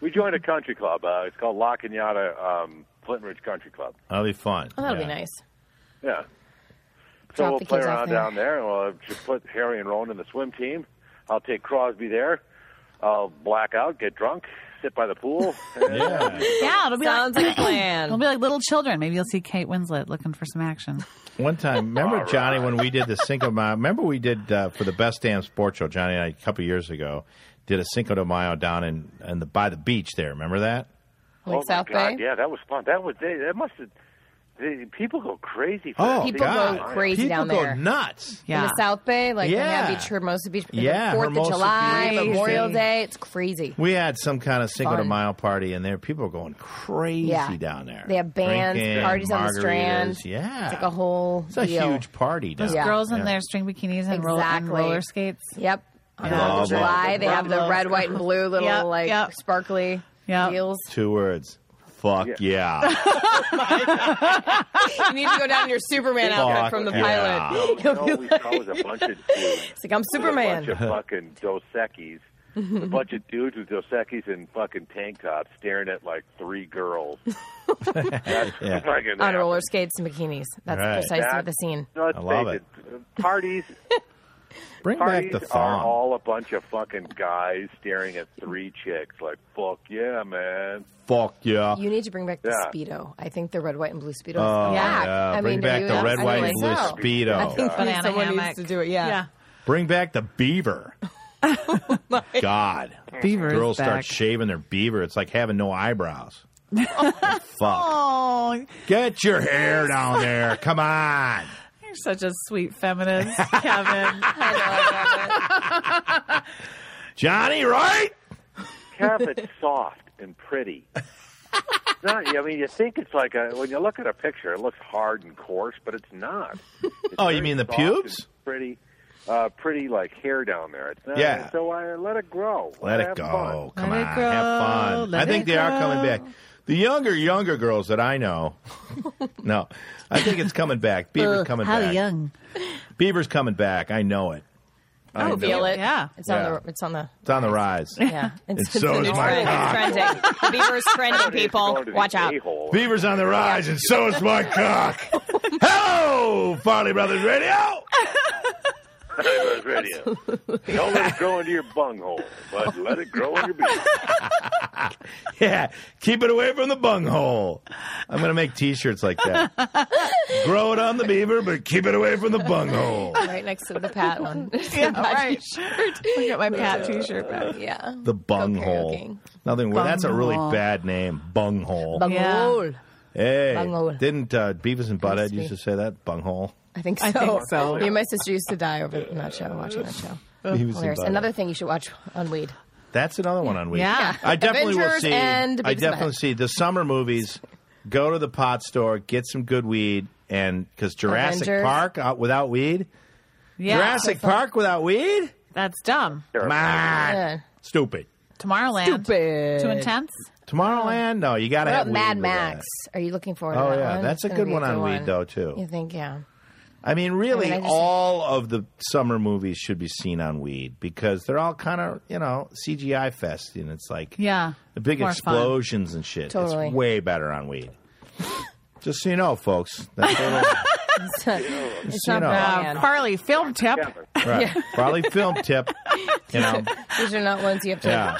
Speaker 4: we joined a country club. Uh, it's called La Cañada um, Flint Ridge Country Club.
Speaker 1: That'll be fun.
Speaker 3: Oh, that'll
Speaker 1: Yeah.
Speaker 3: be nice.
Speaker 4: Yeah. So
Speaker 3: Drop
Speaker 4: we'll
Speaker 3: the
Speaker 4: play
Speaker 3: kids off
Speaker 4: around
Speaker 3: there.
Speaker 4: down there, and we'll just put Harry and Roan in the swim team. I'll take Crosby there. I'll black out, get drunk, sit by the pool. and
Speaker 1: Yeah.
Speaker 2: yeah, it'll be
Speaker 5: Sounds
Speaker 2: like
Speaker 5: like a plan.
Speaker 2: it'll be like little children. Maybe you'll see Kate Winslet looking for some action.
Speaker 1: One time, remember
Speaker 4: All right.
Speaker 1: Johnny when we did the Cinco de Mayo? Remember we did uh, for the Best Damn Sports Show. Johnny and I a couple years ago did a Cinco de Mayo down in, in the by the beach. There, remember that?
Speaker 3: Like
Speaker 4: oh
Speaker 3: South
Speaker 4: my God,
Speaker 3: Bay.
Speaker 4: yeah, that was fun. That was they, that must have they, people go crazy. For
Speaker 1: Oh,
Speaker 4: that.
Speaker 3: People
Speaker 1: God.
Speaker 3: go crazy
Speaker 1: People
Speaker 3: down
Speaker 1: go
Speaker 3: there.
Speaker 1: nuts.
Speaker 3: In
Speaker 2: Yeah,
Speaker 3: the South Bay, like
Speaker 1: Yeah.
Speaker 3: Manhattan Beach, Hermosa Beach,
Speaker 1: Yeah,
Speaker 3: Fourth
Speaker 1: Hermosa
Speaker 3: of July,
Speaker 1: Beach.
Speaker 3: Memorial Day. It's crazy.
Speaker 1: We had some kind of Cinco de
Speaker 3: Fun.
Speaker 1: Mayo party, and there people were going crazy
Speaker 3: Yeah.
Speaker 1: down there.
Speaker 3: They have bands,
Speaker 1: Drinking,
Speaker 3: parties on the
Speaker 1: margaritas.
Speaker 3: strand.
Speaker 1: Yeah,
Speaker 3: It's like a whole
Speaker 1: It's a
Speaker 3: deal.
Speaker 1: huge party down
Speaker 3: Yeah.
Speaker 1: there.
Speaker 2: girls in
Speaker 1: Yeah.
Speaker 2: their string bikinis and, roll, and
Speaker 3: Exactly.
Speaker 2: roller skates.
Speaker 3: Yep. On
Speaker 1: Yeah.
Speaker 3: Fourth
Speaker 1: Love
Speaker 3: of July,
Speaker 1: it.
Speaker 3: they have the
Speaker 2: Love it.
Speaker 3: red, white, and blue little
Speaker 2: Yep,
Speaker 3: like
Speaker 2: yep.
Speaker 3: sparkly
Speaker 2: Yep.
Speaker 3: deals.
Speaker 1: Two words. Fuck yeah.
Speaker 5: You need to go down in your Superman
Speaker 1: Fuck
Speaker 5: outfit from the
Speaker 1: yeah.
Speaker 5: pilot.
Speaker 4: You know, we saw was a bunch of dudes.
Speaker 5: It's like, I'm
Speaker 4: A
Speaker 5: Superman.
Speaker 4: bunch of fucking Dos Equis. a bunch of dudes with Dos Equis and fucking tank tops staring at like three girls. That's
Speaker 1: Yeah.
Speaker 4: fucking
Speaker 3: On roller skates and bikinuis. That's
Speaker 1: Right.
Speaker 3: precisely
Speaker 4: That-
Speaker 3: the scene.
Speaker 4: Let's
Speaker 1: I love
Speaker 4: face
Speaker 1: it.
Speaker 4: Parties,
Speaker 1: Bring back
Speaker 4: parties
Speaker 1: the
Speaker 4: are
Speaker 1: thong.
Speaker 4: all a bunch of fucking guys staring at three chicks. Like, fuck yeah, man.
Speaker 1: Fuck yeah.
Speaker 3: You need to bring back the
Speaker 4: Yeah.
Speaker 3: speedo. I think the red, white, and blue speedo.
Speaker 1: Oh,
Speaker 3: is back.
Speaker 1: yeah.
Speaker 3: I
Speaker 1: Bring
Speaker 3: mean,
Speaker 1: back
Speaker 3: you-
Speaker 1: the red, white, and blue
Speaker 3: absolutely. So.
Speaker 1: Speedo.
Speaker 3: I think
Speaker 4: Yeah.
Speaker 2: Banana
Speaker 5: Someone
Speaker 2: hammock.
Speaker 5: needs to do it. Yeah.
Speaker 1: Bring back the beaver.
Speaker 3: Oh
Speaker 1: God.
Speaker 2: Beaver is
Speaker 1: Girls start
Speaker 2: back.
Speaker 1: shaving their beaver. It's like having no eyebrows. Fuck.
Speaker 2: Oh,
Speaker 1: Get your hair down there. Come on.
Speaker 2: you're such a sweet feminist, Kevin.
Speaker 1: Johnny, right?
Speaker 4: Carpet's soft and pretty. Not, I mean, you think it's like a when you look at a picture, it looks hard and coarse, but it's not. It's
Speaker 1: Oh, you
Speaker 4: very
Speaker 1: mean the
Speaker 4: soft and
Speaker 1: pubes?
Speaker 4: Pretty, uh, pretty like hair down there. It's not,
Speaker 1: Yeah.
Speaker 4: So I let it grow.
Speaker 1: Let
Speaker 4: have
Speaker 1: it go.
Speaker 4: fun.
Speaker 1: Come
Speaker 2: Let it
Speaker 1: on.
Speaker 2: grow.
Speaker 1: Have fun.
Speaker 2: Let
Speaker 1: I think
Speaker 2: it
Speaker 1: they are coming
Speaker 2: grow.
Speaker 1: back. The younger, younger girls that I know. no. I think it's coming back.
Speaker 2: Uh,
Speaker 1: Beaver's coming back.
Speaker 2: young?
Speaker 1: Beaver's coming back. I know it.
Speaker 3: I
Speaker 1: know
Speaker 3: feel it.
Speaker 2: Yeah.
Speaker 3: It's
Speaker 1: Yeah.
Speaker 3: on the. It's on the.
Speaker 1: It's on the rise.
Speaker 3: Yeah. It's,
Speaker 1: And so
Speaker 3: the
Speaker 1: is
Speaker 3: new
Speaker 1: my
Speaker 3: trend.
Speaker 5: Trending.
Speaker 1: cock.
Speaker 5: Trending. Beaver's trending,
Speaker 4: It's
Speaker 5: people.
Speaker 4: going to the
Speaker 5: Watch out.
Speaker 4: a-hole.
Speaker 1: Beaver's on the rise, and so is my cock. Hello, Farley Brothers Radio.
Speaker 4: Fabulous Radio. Don't let it grow into your bunghole, but let it grow in your beard.
Speaker 1: Yeah, keep it away from the bunghole. I'm gonna make T-shirts like that. Grow it on the beaver, but keep it away from the bunghole.
Speaker 3: Right next to the Pat one.
Speaker 2: Yeah, right. Look at my Pat T-shirt back.
Speaker 3: yeah.
Speaker 1: The bunghole.
Speaker 3: karaoke.
Speaker 1: Nothing. Well, that's a really
Speaker 2: Bunghole.
Speaker 1: bad name. Bunghole.
Speaker 3: Bunghole.
Speaker 1: hey,
Speaker 3: bunghole.
Speaker 1: didn't uh, Beavis and Butthead
Speaker 3: Crispy.
Speaker 1: used to say that? Bunghole.
Speaker 3: I think so.
Speaker 2: I think so.
Speaker 3: Me and my sister used to die over that show, watching that show.
Speaker 1: Beavis
Speaker 3: Hilarious.
Speaker 1: Butthead.
Speaker 3: Another thing you should watch on Weed.
Speaker 1: That's another one on week.
Speaker 2: Yeah.
Speaker 1: I definitely will
Speaker 3: Avengers
Speaker 1: see.
Speaker 3: and
Speaker 1: I
Speaker 3: Beavis and
Speaker 1: definitely
Speaker 3: Butthead.
Speaker 1: see the summer movies. Go to the pot store, get some good weed, and because Jurassic
Speaker 3: Avengers.
Speaker 1: Park uh, without weed,
Speaker 2: Yeah.
Speaker 1: Jurassic Park without weed,
Speaker 2: That's dumb.
Speaker 1: come on,
Speaker 3: Yeah.
Speaker 1: stupid.
Speaker 2: Tomorrowland. Too intense.
Speaker 1: Tomorrowland? No, you got to
Speaker 3: What
Speaker 1: have
Speaker 3: about
Speaker 1: weed
Speaker 3: Mad
Speaker 1: with
Speaker 3: Max? Are you looking forward
Speaker 1: Oh,
Speaker 3: to that
Speaker 1: yeah.
Speaker 3: one?
Speaker 1: That's a
Speaker 3: It's gonna
Speaker 1: good
Speaker 3: be
Speaker 1: one on weed, though, too.
Speaker 3: You think, yeah.
Speaker 1: I mean, really,
Speaker 3: I mean, I just-
Speaker 1: all of the summer movies should be seen on weed because they're all kind of, you know, CGI fest, and it's like
Speaker 2: Yeah.
Speaker 1: the big
Speaker 2: More fun.
Speaker 1: explosions and shit.
Speaker 3: Totally.
Speaker 1: It's way better on weed. Just so you know, folks. That's a little-
Speaker 3: it's
Speaker 1: you
Speaker 3: not
Speaker 1: know.
Speaker 2: Uh,
Speaker 3: bad.
Speaker 2: Farley film tip.
Speaker 4: Kevin.
Speaker 1: right. Probably film tip. You know,
Speaker 3: These are not ones you have to
Speaker 1: yeah.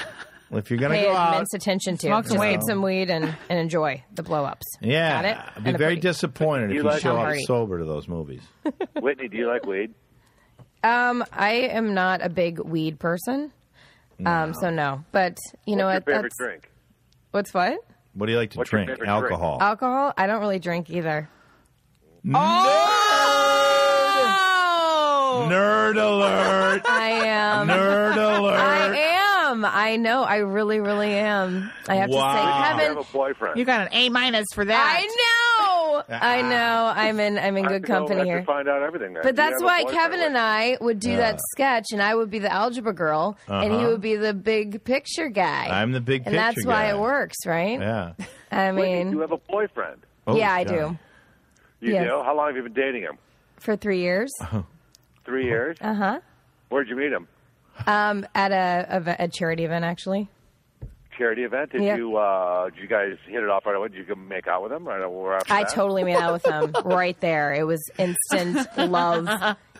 Speaker 1: Well, if you're gonna
Speaker 3: pay
Speaker 1: go out,
Speaker 3: immense attention to.
Speaker 2: Smoke some
Speaker 3: Just
Speaker 2: weed.
Speaker 3: get some weed and, and enjoy the blow ups.
Speaker 1: yeah,
Speaker 3: Got it?
Speaker 1: I'd be
Speaker 3: And a
Speaker 1: very
Speaker 3: pretty-
Speaker 1: disappointed if
Speaker 4: You
Speaker 1: you
Speaker 4: like-
Speaker 1: show
Speaker 3: I'm
Speaker 1: up
Speaker 3: hurry.
Speaker 1: sober to those movies.
Speaker 4: Whitney, do you like weed?
Speaker 3: Um, I am not a big weed person. Um, so no. But you know what?
Speaker 4: What's your favorite
Speaker 3: That's
Speaker 4: drink?
Speaker 3: what's what?
Speaker 1: What do you like to
Speaker 4: What's your
Speaker 1: drink?
Speaker 4: favorite drink?
Speaker 1: Alcohol.
Speaker 3: Alcohol? I don't really drink either.
Speaker 5: Oh,
Speaker 1: Nerd alert!
Speaker 3: I am.
Speaker 1: Nerd alert!
Speaker 3: I am. I know. I really, really am. I have
Speaker 1: Wow.
Speaker 3: to say,
Speaker 4: You have
Speaker 3: Kevin.
Speaker 4: a boyfriend.
Speaker 2: You got an A minus for that.
Speaker 3: I know. I know. I'm in. I'm in
Speaker 4: I have
Speaker 3: good
Speaker 4: to go- I
Speaker 3: company
Speaker 4: have to
Speaker 3: here.
Speaker 4: find out everything. now.
Speaker 3: But
Speaker 4: You
Speaker 3: that's
Speaker 4: have a
Speaker 3: why
Speaker 4: boyfriend,
Speaker 3: Kevin and
Speaker 4: right?
Speaker 3: I would do that sketch, and I would be the algebra girl, and he
Speaker 1: Uh-huh.
Speaker 3: would be the big picture guy.
Speaker 1: I'm the big
Speaker 3: and that's
Speaker 1: picture
Speaker 3: why
Speaker 1: guy.
Speaker 3: it works, right?
Speaker 1: Yeah.
Speaker 3: I
Speaker 4: Whitney, you
Speaker 3: mean,
Speaker 4: have a boyfriend.
Speaker 1: Oh,
Speaker 3: yeah, I
Speaker 1: God.
Speaker 3: do.
Speaker 4: You
Speaker 3: Yes.
Speaker 4: do? How long have you been dating him?
Speaker 3: For three years,
Speaker 1: Uh-huh.
Speaker 4: Three years. Uh huh.
Speaker 3: Uh-huh.
Speaker 4: Where'd you meet him?
Speaker 3: um, at a, of a a charity event, actually.
Speaker 4: Charity event. Did
Speaker 3: Yeah.
Speaker 4: you uh, did you guys hit it off right away? Did you go make out with him right away? After
Speaker 3: I
Speaker 4: that?
Speaker 3: totally made out with him right there. It was instant love,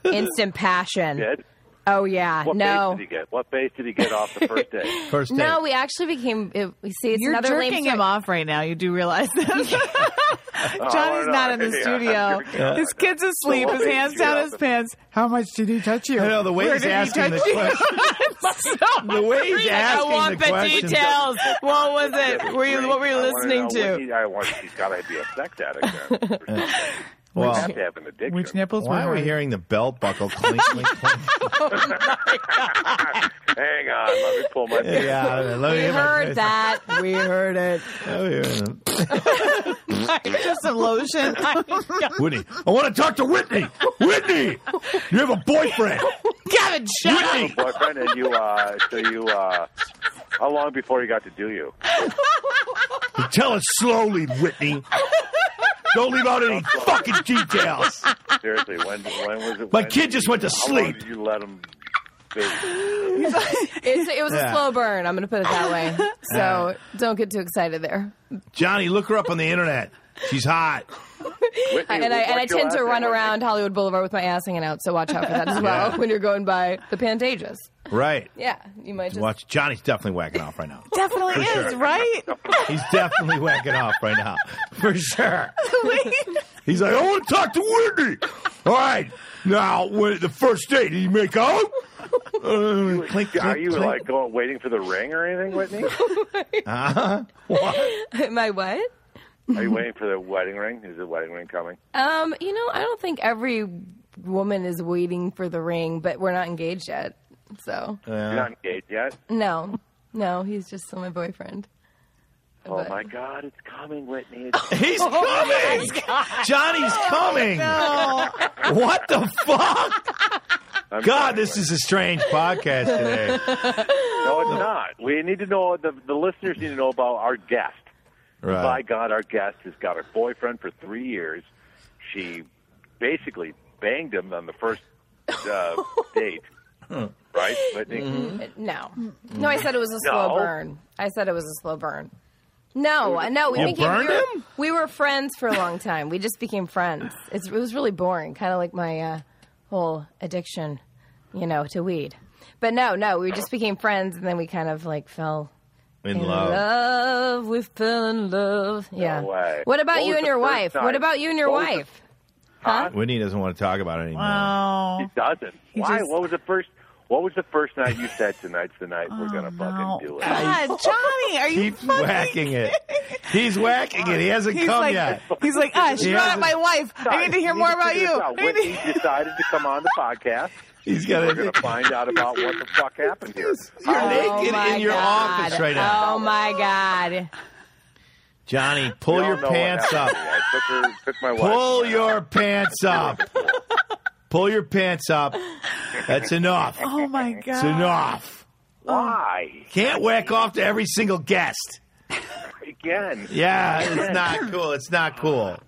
Speaker 3: instant passion.
Speaker 4: did.
Speaker 3: Oh yeah,
Speaker 4: What
Speaker 3: no.
Speaker 4: base did he get? What base did he get off the first day?
Speaker 1: First date.
Speaker 3: No, we actually became. It, we see, it's
Speaker 2: You're
Speaker 3: another lame
Speaker 2: jerking
Speaker 3: story.
Speaker 2: him off right now. You do realize that.
Speaker 4: Oh,
Speaker 2: Johnny's
Speaker 4: no,
Speaker 2: not in the
Speaker 4: yeah,
Speaker 2: studio.
Speaker 4: I'm jerking off.
Speaker 2: His kid's asleep.
Speaker 4: So
Speaker 2: His
Speaker 4: what
Speaker 2: hands
Speaker 4: made you
Speaker 2: down
Speaker 4: get
Speaker 2: his
Speaker 4: up?
Speaker 2: pants. How much did he touch you?
Speaker 1: I know the way
Speaker 2: Where
Speaker 1: he's
Speaker 2: did he
Speaker 1: asking the
Speaker 2: touch you?
Speaker 1: question.
Speaker 2: the
Speaker 1: way he's asking
Speaker 2: I want
Speaker 1: the
Speaker 2: the,
Speaker 1: question-
Speaker 2: details. What was it? Were you, what were you
Speaker 4: I wanna
Speaker 2: listening
Speaker 4: know
Speaker 2: to?
Speaker 4: what he- I want. He's got to be a sex addict. Then.
Speaker 1: Well,
Speaker 4: Have to have an addiction.
Speaker 2: Which nipples
Speaker 1: why are
Speaker 2: were
Speaker 1: we
Speaker 2: hard?
Speaker 1: hearing the belt buckle clink, clink, clink?
Speaker 4: Hang on, let me pull my.
Speaker 1: Yeah, let me
Speaker 3: We
Speaker 1: get my
Speaker 3: heard
Speaker 1: face-
Speaker 3: that. We heard it.
Speaker 1: Oh, yeah.
Speaker 2: Just some lotion.
Speaker 1: Whitney, I want to talk to Whitney. Whitney, you have a boyfriend.
Speaker 2: Kevin, shut up.
Speaker 1: Whitney,
Speaker 4: boyfriend, and you. Uh, so you. Uh, how long before he got to do you?
Speaker 1: tell us slowly, Whitney. Don't leave out any fucking details.
Speaker 4: Seriously, when when was it?
Speaker 1: My
Speaker 4: when
Speaker 1: kid
Speaker 4: did
Speaker 1: just
Speaker 4: you-
Speaker 1: went to
Speaker 4: how long
Speaker 1: sleep.
Speaker 4: did you let him. be?
Speaker 3: It's, it was
Speaker 1: Yeah.
Speaker 3: a slow burn. I'm going to put it that way. So don't get too excited there.
Speaker 1: Johnny, look her up on the internet. She's hot.
Speaker 4: Whitney,
Speaker 3: and I and I
Speaker 4: what's your
Speaker 3: tend to
Speaker 4: last
Speaker 3: run
Speaker 4: name?
Speaker 3: around Hollywood Boulevard with my ass hanging out. So watch out for that as well when you're going by the Pantages.
Speaker 1: Right.
Speaker 3: Yeah, you might just.
Speaker 1: Watch. Johnny's definitely whacking off right now.
Speaker 2: Definitely is, right?
Speaker 1: He's definitely whacking off right now, for sure. He's like, I want to talk to Whitney. All right, now when, the first date, did you make out? Uh, clink,
Speaker 4: Are
Speaker 1: clink,
Speaker 4: you
Speaker 1: clink.
Speaker 4: like going waiting for the ring or anything, Whitney?
Speaker 3: my what?
Speaker 4: Are you waiting for the wedding ring? Is the wedding ring coming?
Speaker 3: Um, you know, I don't think every woman is waiting for the ring, but we're not engaged yet. So
Speaker 4: You're not engaged yet.
Speaker 3: no, no, he's just still my boyfriend.
Speaker 4: Oh
Speaker 3: But-
Speaker 4: my God, it's coming, Whitney. It's
Speaker 1: He's
Speaker 2: Oh
Speaker 1: coming. Johnny's coming. What the fuck?
Speaker 4: I'm
Speaker 1: God,
Speaker 4: sorry,
Speaker 1: this
Speaker 4: Whitney.
Speaker 1: is a strange podcast today.
Speaker 4: no, it's not. We need to know the the listeners need to know about our guest. By
Speaker 1: Right.
Speaker 4: God, our guest has got her boyfriend for three years. She basically banged him on the first uh, date, right, Whitney?
Speaker 3: Mm-hmm. No, no, I said it was a
Speaker 4: No.
Speaker 3: slow burn. I said it was a slow burn. No, uh, no, we
Speaker 1: You
Speaker 3: became
Speaker 1: burned
Speaker 3: we, were,
Speaker 1: him?
Speaker 3: we were friends for a long time. We just became friends. It's, it was really boring, kind of like my uh, whole addiction, you know, to weed. But no, no, we just became friends, and then we kind of like fell
Speaker 1: In
Speaker 3: in
Speaker 1: love.
Speaker 3: love. We fell in love. Yeah.
Speaker 4: way.
Speaker 3: What about
Speaker 4: What
Speaker 3: you
Speaker 4: was
Speaker 3: and
Speaker 4: the
Speaker 3: your
Speaker 4: first
Speaker 3: wife?
Speaker 4: time?
Speaker 3: What about you and your
Speaker 4: What was the-
Speaker 3: wife?
Speaker 1: Whitney doesn't want to talk about it anymore.
Speaker 2: Oh.
Speaker 4: He doesn't. Why?
Speaker 2: just-
Speaker 4: What was the first? What was the first night you said tonight's the night we're gonna
Speaker 2: No.
Speaker 4: fucking do it?
Speaker 2: God, Johnny, are you
Speaker 1: Keep
Speaker 2: fucking
Speaker 1: whacking it. He's whacking it. He hasn't
Speaker 2: He's
Speaker 1: come
Speaker 2: like,
Speaker 1: yet.
Speaker 2: he's like, ah, she
Speaker 1: He
Speaker 2: brought up
Speaker 1: hasn't-
Speaker 2: my wife. I need to hear
Speaker 4: We
Speaker 2: more
Speaker 4: need
Speaker 2: about
Speaker 4: figure
Speaker 2: you.
Speaker 4: this out.
Speaker 2: I
Speaker 4: Whitney
Speaker 2: need-
Speaker 4: decided to come on the podcast.
Speaker 1: He's got
Speaker 4: We're going to find out about what the fuck happened here.
Speaker 1: You're
Speaker 4: How-
Speaker 1: naked
Speaker 3: Oh my
Speaker 1: in your
Speaker 3: God.
Speaker 1: office right now.
Speaker 3: Oh my god.
Speaker 1: Johnny,
Speaker 4: we
Speaker 1: pull
Speaker 4: all
Speaker 1: your
Speaker 4: know what
Speaker 1: pants up.
Speaker 4: happened. I took her, took my wife.
Speaker 1: Pull your pants up. Pull your pants up. That's enough.
Speaker 2: Oh my god.
Speaker 1: It's enough.
Speaker 4: Why?
Speaker 1: Can't whack off to every single guest.
Speaker 4: again.
Speaker 1: Yeah, it's not cool. It's not cool.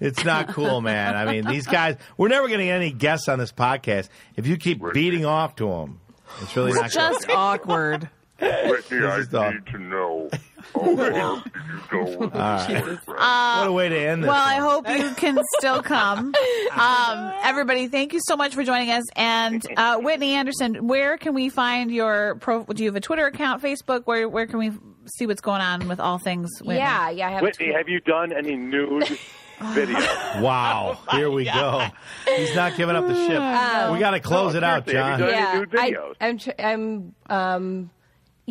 Speaker 1: It's not cool, man. I mean, these guys. We're never going to get any guests on this podcast if you keep beating off to them. It's really not cool.
Speaker 6: Just awkward.
Speaker 4: Whitney, I
Speaker 1: is dumb.
Speaker 4: need to know how far did you go with this boyfriend?
Speaker 1: What a way to end this.
Speaker 2: Well, I hope you can still come. Um, everybody, thank you so much for joining us. And uh, Whitney Anderson, where can we find your pro? Do you have a Twitter account, Facebook? Where where can we see what's going on with all things? Whitney?
Speaker 3: Yeah, yeah. I have
Speaker 4: Whitney,
Speaker 3: tweet.
Speaker 4: have you done any nude video?
Speaker 1: Ah. Wow, here we go. He's not giving up the ship. we got to close it out,
Speaker 4: seriously, have you
Speaker 1: John.
Speaker 4: done-
Speaker 3: yeah,
Speaker 4: any new videos?
Speaker 3: I, am tr- I'm, um,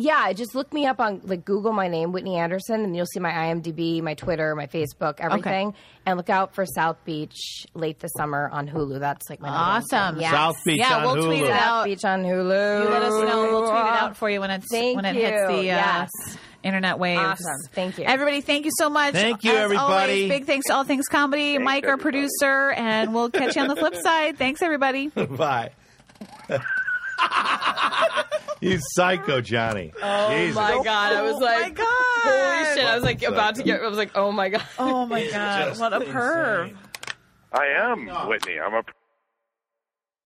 Speaker 3: yeah, just look me up on, like, Google my name, Whitney Anderson, and you'll see my IMDb, my Twitter, my Facebook, everything. And look out for South Beach late this summer on Hulu. That's, like, my number one thing.
Speaker 2: Awesome.
Speaker 3: Yeah.
Speaker 1: South Beach
Speaker 2: Yeah,
Speaker 1: on
Speaker 2: we'll
Speaker 1: Hulu.
Speaker 2: tweet it
Speaker 3: South
Speaker 2: out.
Speaker 3: Beach on Hulu.
Speaker 2: You let us know. We'll tweet it out for you when it's
Speaker 3: Thank
Speaker 2: when it
Speaker 3: you.
Speaker 2: hits the uh,
Speaker 3: Yes.
Speaker 2: internet waves.
Speaker 3: Awesome. Thank you.
Speaker 2: everybody. Thank you so much.
Speaker 1: Thank you,
Speaker 2: As
Speaker 1: everybody.
Speaker 2: Always, big thanks to all things comedy, Mike, our
Speaker 4: everybody.
Speaker 2: producer, and we'll catch you on the flip side. Thanks, everybody.
Speaker 1: Bye. you psycho, Johnny. Oh Jesus.
Speaker 7: my God, I was
Speaker 3: Oh
Speaker 2: Oh
Speaker 7: like,
Speaker 6: God.
Speaker 7: holy shit! I was like about to get. I was like, oh my God.
Speaker 6: Oh my god, what a perv.
Speaker 4: I am Whitney. I'm a